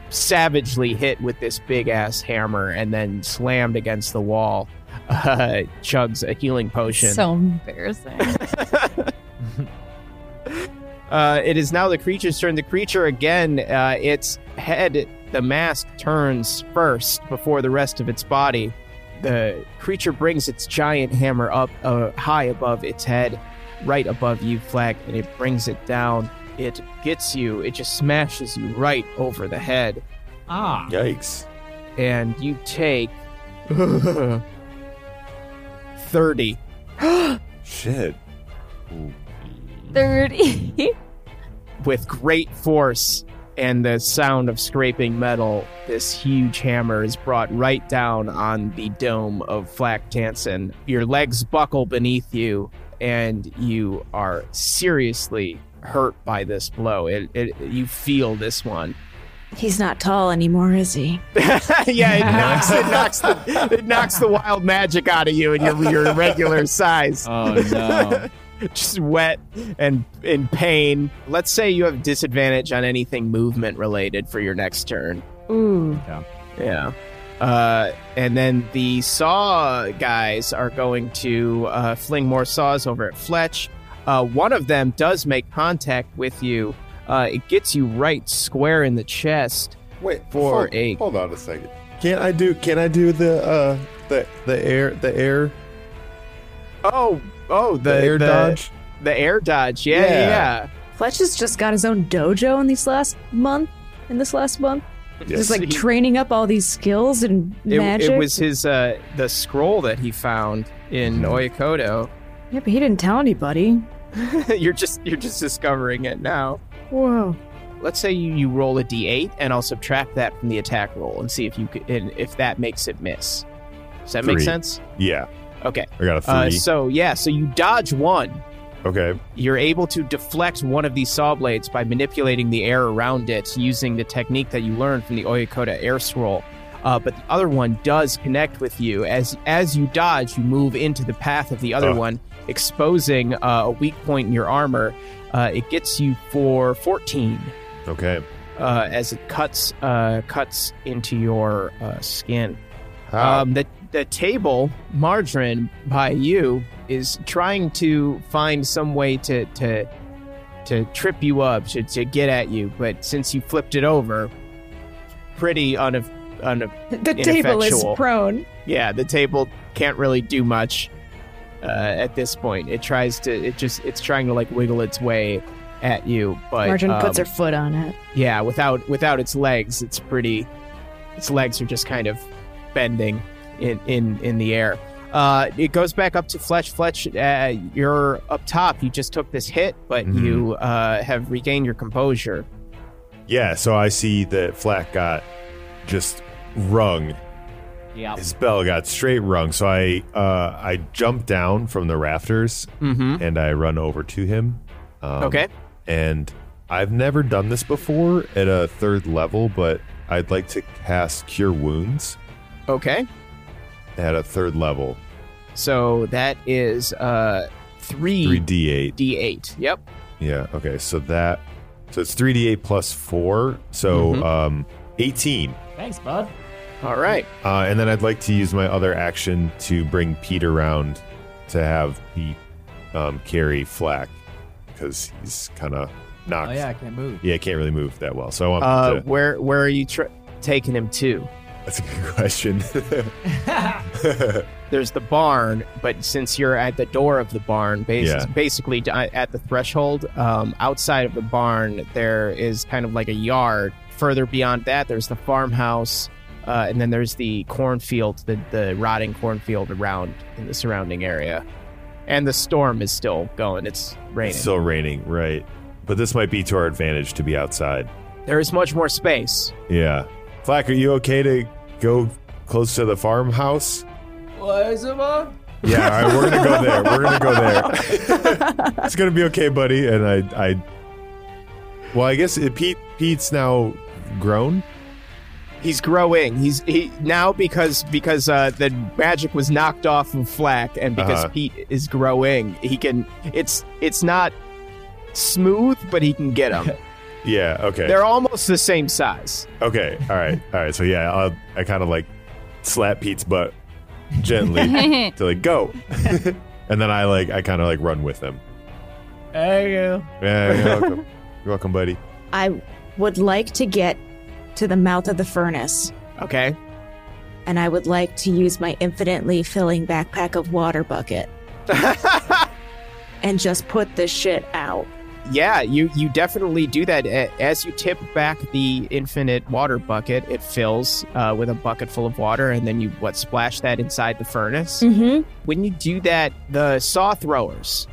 [SPEAKER 2] savagely hit with this big ass hammer and then slammed against the wall, uh, chugs a healing potion.
[SPEAKER 3] So embarrassing.
[SPEAKER 2] Uh, it is now the creature's turn. The creature again, uh, its head, the mask turns first before the rest of its body. The creature brings its giant hammer up uh, high above its head, right above you, Flag, and it brings it down. It gets you, it just smashes you right over the head,
[SPEAKER 4] Ah.
[SPEAKER 5] Yikes.
[SPEAKER 2] and you take 30.
[SPEAKER 5] Shit.
[SPEAKER 3] 30.
[SPEAKER 2] with great force and the sound of scraping metal, this huge hammer is brought right down on the dome of Flak Tansen. Your legs buckle beneath you, and you are seriously hurt by this blow. It, it, you feel this one.
[SPEAKER 6] He's not tall anymore, is he?
[SPEAKER 2] yeah, it knocks, it, knocks the, it knocks the wild magic out of you and your, your regular size.
[SPEAKER 4] Oh no.
[SPEAKER 2] just wet and in pain. Let's say you have disadvantage on anything movement related for your next turn.
[SPEAKER 6] Ooh.
[SPEAKER 2] Yeah. Uh, and then the saw guys are going to uh, fling more saws over at Fletch. Uh, one of them does make contact with you. Uh, it gets you right square in the chest.
[SPEAKER 5] Wait.
[SPEAKER 2] For
[SPEAKER 5] hold,
[SPEAKER 2] a-
[SPEAKER 5] Hold on a second. Can I do? Can I do the uh the the air the air
[SPEAKER 2] Oh, oh, the,
[SPEAKER 5] the, air dodge?
[SPEAKER 2] the air dodge. Yeah,
[SPEAKER 5] Yeah.
[SPEAKER 2] yeah.
[SPEAKER 6] Fletch has just got his own dojo in these last month. In this last month, just like training up all these skills and
[SPEAKER 2] It,
[SPEAKER 6] magic.
[SPEAKER 2] it was his uh, the scroll that he found in
[SPEAKER 5] Mm-hmm.
[SPEAKER 2] Oyakoto.
[SPEAKER 6] Yeah, but he didn't tell anybody.
[SPEAKER 2] you're just you're just discovering it now.
[SPEAKER 6] Whoa.
[SPEAKER 2] Let's say you, you roll a d8 and I'll subtract that from the attack roll and see if you c- and if that makes it miss. Does that make
[SPEAKER 5] Three.
[SPEAKER 2] sense?
[SPEAKER 5] yeah.
[SPEAKER 2] Okay.
[SPEAKER 5] I got a
[SPEAKER 2] Uh,
[SPEAKER 5] three.
[SPEAKER 2] so yeah, so you dodge one.
[SPEAKER 5] okay.
[SPEAKER 2] You're able to deflect one of these saw blades by manipulating the air around it using the technique that you learned from the Oyakoda air scroll. Uh, but the other one does connect with you. As as you dodge, you move into the path of the other
[SPEAKER 5] Ugh.
[SPEAKER 2] one, exposing uh, a weak point in your armor. Uh, it gets you for 14
[SPEAKER 5] Okay.
[SPEAKER 2] uh, as it cuts uh, cuts into your uh, skin.
[SPEAKER 5] How?
[SPEAKER 2] Um, the the table, Margarine, by you, is trying to find some way to to to trip you up, to, to get at you. But since you flipped it over, pretty unaff unaff
[SPEAKER 6] The table is
[SPEAKER 2] Ineffectual.
[SPEAKER 6] prone.
[SPEAKER 2] yeah, the table can't really do much uh, at this point. It tries to, it just, it's trying to like wiggle its way at you, but
[SPEAKER 6] Margin
[SPEAKER 2] um,
[SPEAKER 6] puts her foot on it.
[SPEAKER 2] yeah, without without its legs, it's pretty. Its legs are just kind of bending in in in the air. Uh, it goes back up to Fletch. Fletch, uh, you're up top. You just took this hit, but
[SPEAKER 5] Mhm.
[SPEAKER 2] you uh, have regained your composure.
[SPEAKER 5] Yeah, so I see that Flack got just rung.
[SPEAKER 4] yeah.
[SPEAKER 5] His bell got straight rung. So I uh, I jump down from the rafters
[SPEAKER 2] Mm-hmm.
[SPEAKER 5] and I run over to him. Um,
[SPEAKER 2] Okay.
[SPEAKER 5] And I've never done this before at a third level, but I'd like to cast Cure Wounds
[SPEAKER 2] Okay.
[SPEAKER 5] at a third level,
[SPEAKER 2] So that is uh,
[SPEAKER 5] three
[SPEAKER 2] three
[SPEAKER 5] D eight.
[SPEAKER 2] d eight. Yep.
[SPEAKER 5] Yeah. Okay. So that so it's three D eight plus four. So
[SPEAKER 2] Mhm.
[SPEAKER 5] um, eighteen.
[SPEAKER 4] Thanks, bud.
[SPEAKER 2] All right.
[SPEAKER 5] Uh, and then I'd like to use my other action to bring Pete around to have Pete um, carry Flack because he's kind of knocked.
[SPEAKER 4] Oh yeah, I can't move.
[SPEAKER 5] Yeah, can't really move that well. So I want
[SPEAKER 2] Uh,
[SPEAKER 5] to,
[SPEAKER 2] where where are you tr taking him to?
[SPEAKER 5] that's a good question.
[SPEAKER 2] there's the barn, but since you're at the door of the barn, bas-
[SPEAKER 5] Yeah.
[SPEAKER 2] basically di- at the threshold, um, outside of the barn, there is kind of like a yard. Further beyond that, there's the farmhouse, uh, and then there's the cornfield, the, the rotting cornfield around in the surrounding area. And the storm is still going, it's raining.
[SPEAKER 5] it's still raining, right? But this might be to our advantage to be outside.
[SPEAKER 2] there is much more space.
[SPEAKER 5] Yeah. Flack, are you okay to go close to the farmhouse?
[SPEAKER 4] What is it, bud?
[SPEAKER 5] Yeah, all right, we're gonna go there. We're gonna go there. it's gonna be okay, buddy. And I, I, well, I guess it, Pete, Pete's now grown.
[SPEAKER 2] He's growing. He's he now because because uh, the magic was knocked off of Flack, and because
[SPEAKER 5] Uh-huh.
[SPEAKER 2] Pete is growing, he can. It's it's not smooth, but he can get him.
[SPEAKER 5] Yeah. Okay.
[SPEAKER 2] They're almost the same size.
[SPEAKER 5] okay. All right. All right. So yeah, I'll, I kind of like slap Pete's butt gently to like go, and then I like I kind of like run with them.
[SPEAKER 4] There you go.
[SPEAKER 5] Yeah. You're welcome. You're welcome, buddy.
[SPEAKER 6] I would like to get to the mouth of the furnace,
[SPEAKER 2] Okay.
[SPEAKER 6] and I would like to use my infinitely filling backpack of water bucket and just put this shit out.
[SPEAKER 2] Yeah, you you definitely do that. A- As you tip back the infinite water bucket, it fills uh, with a bucket full of water, and then you what splash that inside the furnace.
[SPEAKER 6] Mm-hmm.
[SPEAKER 2] When you do that, the saw throwers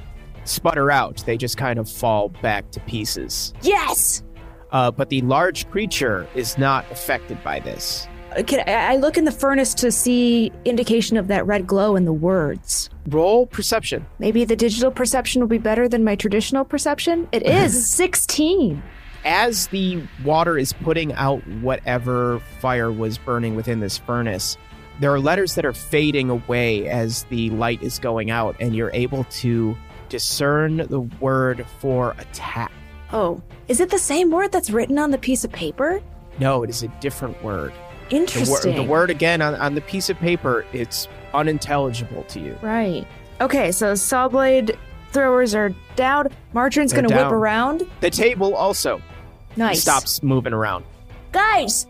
[SPEAKER 2] sputter out. They just kind of fall back to pieces.
[SPEAKER 6] Yes.
[SPEAKER 2] Uh, but the large creature is not affected by this.
[SPEAKER 6] Can I I look in the furnace to see indication of that red glow in the words?
[SPEAKER 2] Roll perception.
[SPEAKER 6] Maybe the digital perception will be better than my traditional perception. It is 16.
[SPEAKER 2] as the water is putting out whatever fire was burning within this furnace, there are letters that are fading away as the light is going out, and you're able to discern the word for attack.
[SPEAKER 6] Oh, is it the same word that's written on the piece of paper?
[SPEAKER 2] No, it is a different word. The, wor-
[SPEAKER 6] Interesting.
[SPEAKER 2] the word again on, on the piece of paper, it's unintelligible to you.
[SPEAKER 6] Right. Okay, so saw blade throwers are down. Margarine's
[SPEAKER 2] They're
[SPEAKER 6] going to whip
[SPEAKER 2] down.
[SPEAKER 6] around.
[SPEAKER 2] The table also
[SPEAKER 6] Nice.
[SPEAKER 2] stops moving around.
[SPEAKER 7] Guys,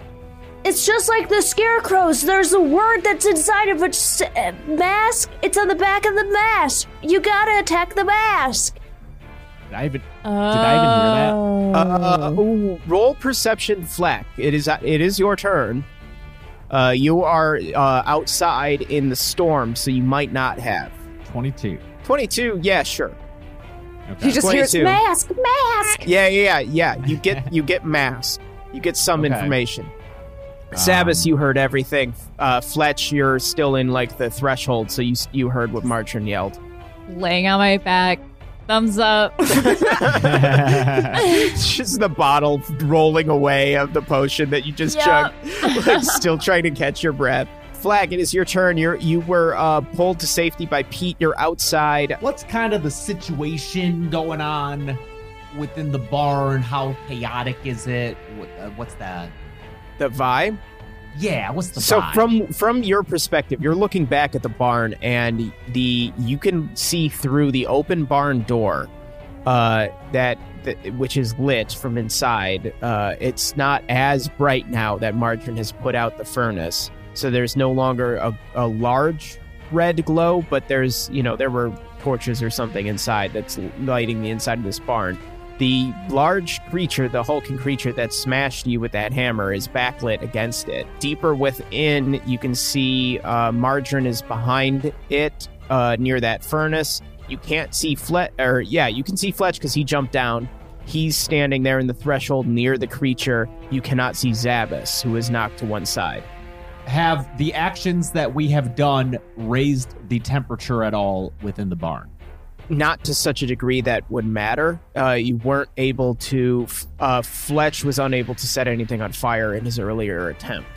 [SPEAKER 7] it's just like the scarecrows. There's a word that's inside of a s- uh, mask. It's on the back of the mask. You gotta attack the mask.
[SPEAKER 4] Did I even,
[SPEAKER 3] Did
[SPEAKER 4] I
[SPEAKER 3] even
[SPEAKER 2] Uh,
[SPEAKER 4] Oh.
[SPEAKER 2] ooh, roll perception, Flack. It is uh, it is your turn. Uh, you are uh, outside in the storm, so you might not have
[SPEAKER 4] 22.
[SPEAKER 2] twenty-two. Yeah, sure.
[SPEAKER 4] Okay.
[SPEAKER 6] You just hear
[SPEAKER 2] 22.
[SPEAKER 7] Mask, mask.
[SPEAKER 2] Yeah, yeah, yeah. yeah. You get you get mass. You get some
[SPEAKER 4] Okay.
[SPEAKER 2] information.
[SPEAKER 4] Um,
[SPEAKER 2] Sabas, you heard everything. Uh, Fletch, you're still in like the threshold, so you s- you heard what Martrin yelled.
[SPEAKER 3] laying on my back, thumbs up.
[SPEAKER 2] It's just the bottle rolling away of the potion that you just
[SPEAKER 3] Yup.
[SPEAKER 2] chugged, like, still trying to catch your breath. Flag, it is your turn. You're you were uh, pulled to safety by Pete. You're outside.
[SPEAKER 4] What's kind of the situation going on within the barn? How chaotic is it? What, uh, what's the
[SPEAKER 2] The vibe.
[SPEAKER 4] yeah? What's the
[SPEAKER 2] So
[SPEAKER 4] vibe?
[SPEAKER 2] from from your perspective, you're looking back at the barn, and the you can see through the open barn door, uh, that, that which is lit from inside. Uh, it's not as bright now that Margarine has put out the furnace, so there's no longer a, a large red glow, but there's you know there were torches or something inside that's lighting the inside of this barn. The large creature, the hulking creature that smashed you with that hammer, is backlit against it. Deeper within, you can see uh, Margarine is behind it uh, near that furnace. You can't see Fletch, or yeah, you can see Fletch because he jumped down. He's standing there in the threshold near the creature. You cannot see Zabas, who is knocked to one side.
[SPEAKER 4] have the actions that we have done raised the temperature at all within the barn?
[SPEAKER 2] not to such a degree that would matter. Uh, you weren't able to. Uh, Fletch was unable to set anything on fire in his earlier attempt,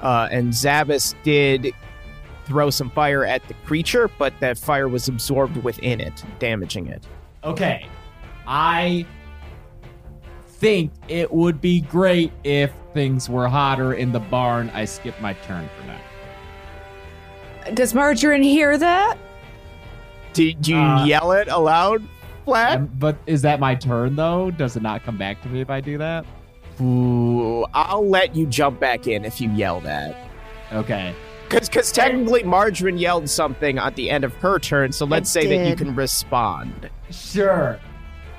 [SPEAKER 2] uh, and Zabas did throw some fire at the creature, but that fire was absorbed within it, damaging it.
[SPEAKER 4] Okay, I think it would be great if things were hotter in the barn. I skip my turn for now.
[SPEAKER 6] Does Margarine hear that?
[SPEAKER 2] Did you
[SPEAKER 4] Uh,
[SPEAKER 2] yell it aloud, Fletch?
[SPEAKER 4] Um, but is that my turn though? Does it not come back to me if I do that?
[SPEAKER 2] Ooh, I'll let you jump back in if you yell that.
[SPEAKER 4] Okay.
[SPEAKER 2] Because technically, Margarine yelled something at the end of her turn, so let's say that you
[SPEAKER 6] did.
[SPEAKER 2] can respond.
[SPEAKER 4] Sure.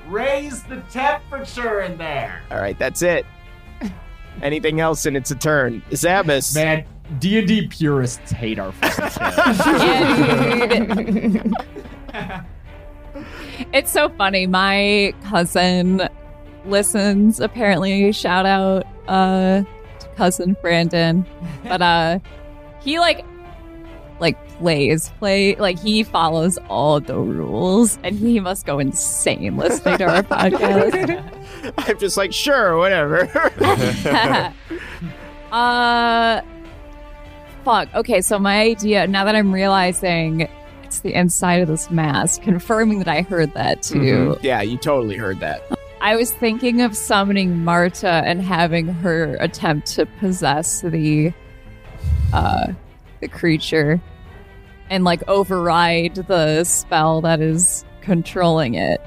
[SPEAKER 4] Raise the temperature in there.
[SPEAKER 2] All right, that's it. Anything else, and it's a turn. Zabas.
[SPEAKER 4] Man, D&D purists hate our fucking show.
[SPEAKER 3] Yeah, dude. it's so funny. My cousin listens, apparently. Shout out uh, to cousin Brandon. But uh, he like like plays play like he follows all the rules and he must go insane listening to our podcast.
[SPEAKER 2] I'm just like, sure, whatever.
[SPEAKER 3] uh fuck. Okay, so my idea now that I'm realizing it's the inside of this mask, confirming that I heard that too.
[SPEAKER 2] Mm-hmm. Yeah, you totally heard that.
[SPEAKER 3] I was thinking of summoning Marta and having her attempt to possess the uh the creature and like override the spell that is controlling it.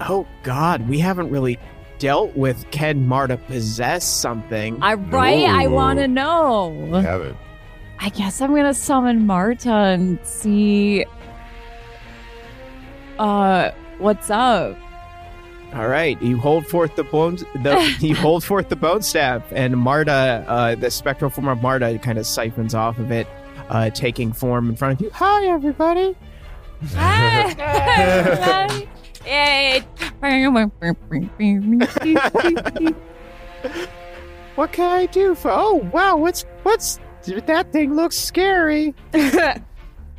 [SPEAKER 2] Oh God, we haven't really dealt with can Marta possess something.
[SPEAKER 3] I right, I want to know.
[SPEAKER 5] We haven't.
[SPEAKER 3] I guess I'm gonna summon Marta and see uh what's up.
[SPEAKER 2] All right, you hold forth the bones. The, you hold forth the bone staff, and Marta, uh, the spectral form of Marta, kind of siphons off of it, uh, taking form in front of you. Hi, everybody.
[SPEAKER 3] Hi, everybody. Yay.
[SPEAKER 2] What can I do for? Oh wow, what's what's that thing looks scary.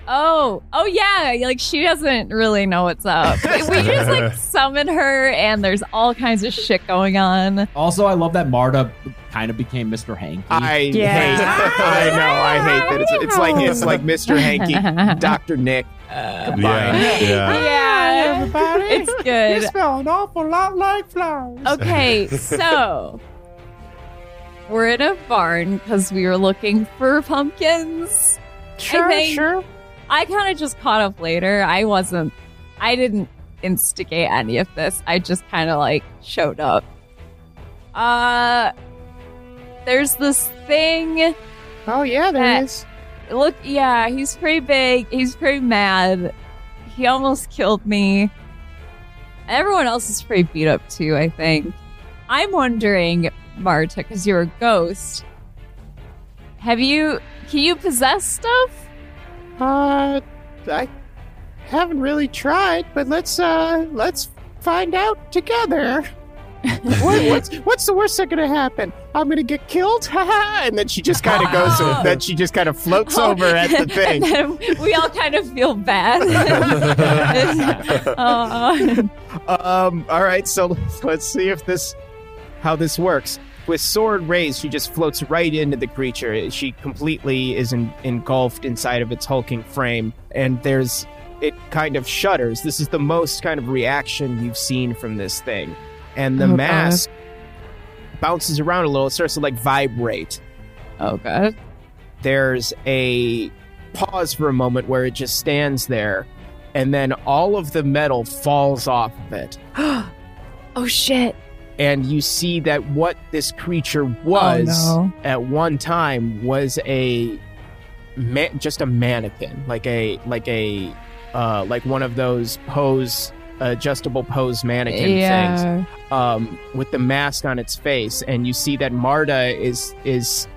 [SPEAKER 3] oh, oh yeah, like she doesn't really know what's up. we just like summon her and there's all kinds of shit going on.
[SPEAKER 4] Also, I love that Marta kind of became Mr. Hanky.
[SPEAKER 2] I
[SPEAKER 6] Yeah.
[SPEAKER 2] hate. I know. I hate that. It's, it's like it's like Mr. Hanky, Doctor Nick.
[SPEAKER 5] Yeah, yeah.
[SPEAKER 3] yeah.
[SPEAKER 2] Everybody,
[SPEAKER 3] It's good.
[SPEAKER 2] smell an awful lot like flowers.
[SPEAKER 3] Okay, so we're in a barn because we were looking for pumpkins. Sure, sure. I kind of just caught up later. I wasn't, I didn't instigate any of this. I just kind of like showed up. Uh, there's this thing.
[SPEAKER 2] Oh yeah, there
[SPEAKER 3] That-
[SPEAKER 2] is.
[SPEAKER 3] Look, yeah, he's pretty big. He's pretty mad. He almost killed me. Everyone else is pretty beat up too, I think. I'm wondering, Marta, because you're a ghost, have you. Can you possess stuff?
[SPEAKER 2] Uh, I haven't really tried, but let's uh let's find out together. what, what's what's the worst that gonna happen? I'm gonna get killed, haha! And then she just kind of goes,
[SPEAKER 3] Oh.
[SPEAKER 2] then she just kind of floats over at the thing.
[SPEAKER 3] and then we all kind of feel bad. Oh.
[SPEAKER 2] Um, all right, so let's, let's see if this how this works. With sword raised, she just floats right into the creature. She completely is en- engulfed inside of its hulking frame, and there's it kind of shudders. This is the most kind of reaction you've seen from this thing, and the
[SPEAKER 3] Oh, God.
[SPEAKER 2] mask bounces around a little. It starts to like vibrate.
[SPEAKER 3] oh, God.
[SPEAKER 2] There's a pause for a moment where it just stands there, and then all of the metal falls off of it
[SPEAKER 3] Oh, shit.
[SPEAKER 2] and you see that what this creature was
[SPEAKER 3] Oh,
[SPEAKER 2] at one time was a ma- just a mannequin like a like a uh, like one of those pose adjustable pose
[SPEAKER 3] no.
[SPEAKER 2] mannequin things
[SPEAKER 3] Yeah.
[SPEAKER 2] um, with the mask on its face and you see that marta is is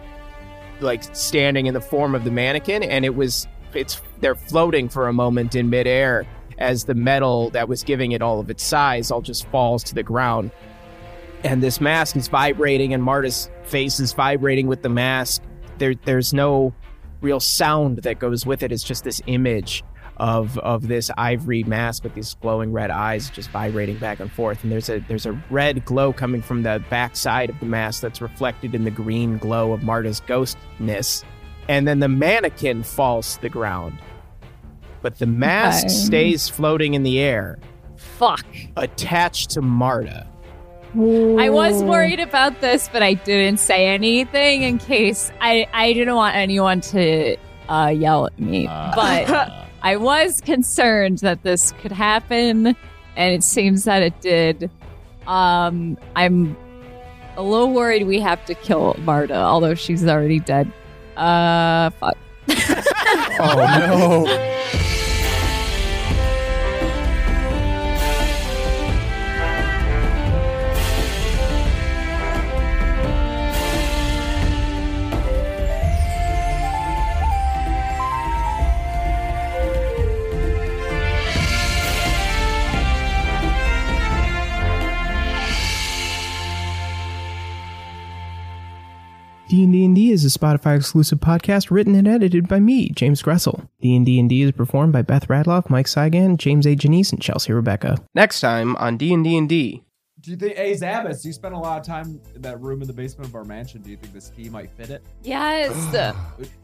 [SPEAKER 2] like standing in the form of the mannequin and it was it's they're floating for a moment in midair as the metal that was giving it all of its size all just falls to the ground and this mask is vibrating and marta's face is vibrating with the mask there there's no real sound that goes with it it's just this image of of this ivory mask with these glowing red eyes just vibrating back and forth and there's a there's a red glow coming from the backside of the mask that's reflected in the green glow of Marta's ghostness and then the mannequin falls to the ground but the mask
[SPEAKER 3] Okay.
[SPEAKER 2] stays floating in the air
[SPEAKER 3] Fuck.
[SPEAKER 2] attached to Marta
[SPEAKER 3] I was worried about this, but I didn't say anything in case I, I didn't want anyone to uh, yell at me.
[SPEAKER 4] Uh,
[SPEAKER 3] but
[SPEAKER 4] uh,
[SPEAKER 3] I was concerned that this could happen, and it seems that it did. Um, I'm a little worried we have to kill Marta, although she's already dead. Uh, fuck.
[SPEAKER 5] Oh no.
[SPEAKER 1] D&D and D is a Spotify exclusive podcast written and edited by me, James Gressel. D&D and D is performed by Beth Radloff, Mike Saigan, James A. Janice, and Chelsea Rebecca. Next time on D&D and D.
[SPEAKER 4] Do you think, hey, Zabbis, you spent a lot of time in that room in the basement of our mansion. Do you think this key might fit it?
[SPEAKER 3] Yes.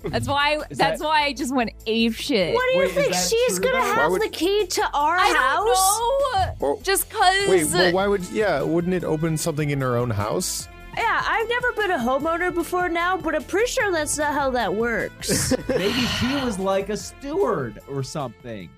[SPEAKER 3] that's why
[SPEAKER 4] Is
[SPEAKER 3] that's
[SPEAKER 4] that-
[SPEAKER 3] why I just went ape shit.
[SPEAKER 6] What do you
[SPEAKER 4] Wait, is
[SPEAKER 6] think
[SPEAKER 4] that
[SPEAKER 6] she's
[SPEAKER 4] true,
[SPEAKER 6] gonna
[SPEAKER 4] though?
[SPEAKER 5] Why
[SPEAKER 6] have
[SPEAKER 5] would-
[SPEAKER 6] the key to our
[SPEAKER 3] I
[SPEAKER 6] house?
[SPEAKER 3] don't know.
[SPEAKER 5] Or-
[SPEAKER 3] Just cause
[SPEAKER 5] Wait, well, why would? Yeah, wouldn't it open something in her own house?
[SPEAKER 6] Yeah, I've never been a homeowner before now, but I'm pretty sure that's not how that works.
[SPEAKER 4] Maybe she was like a steward or something.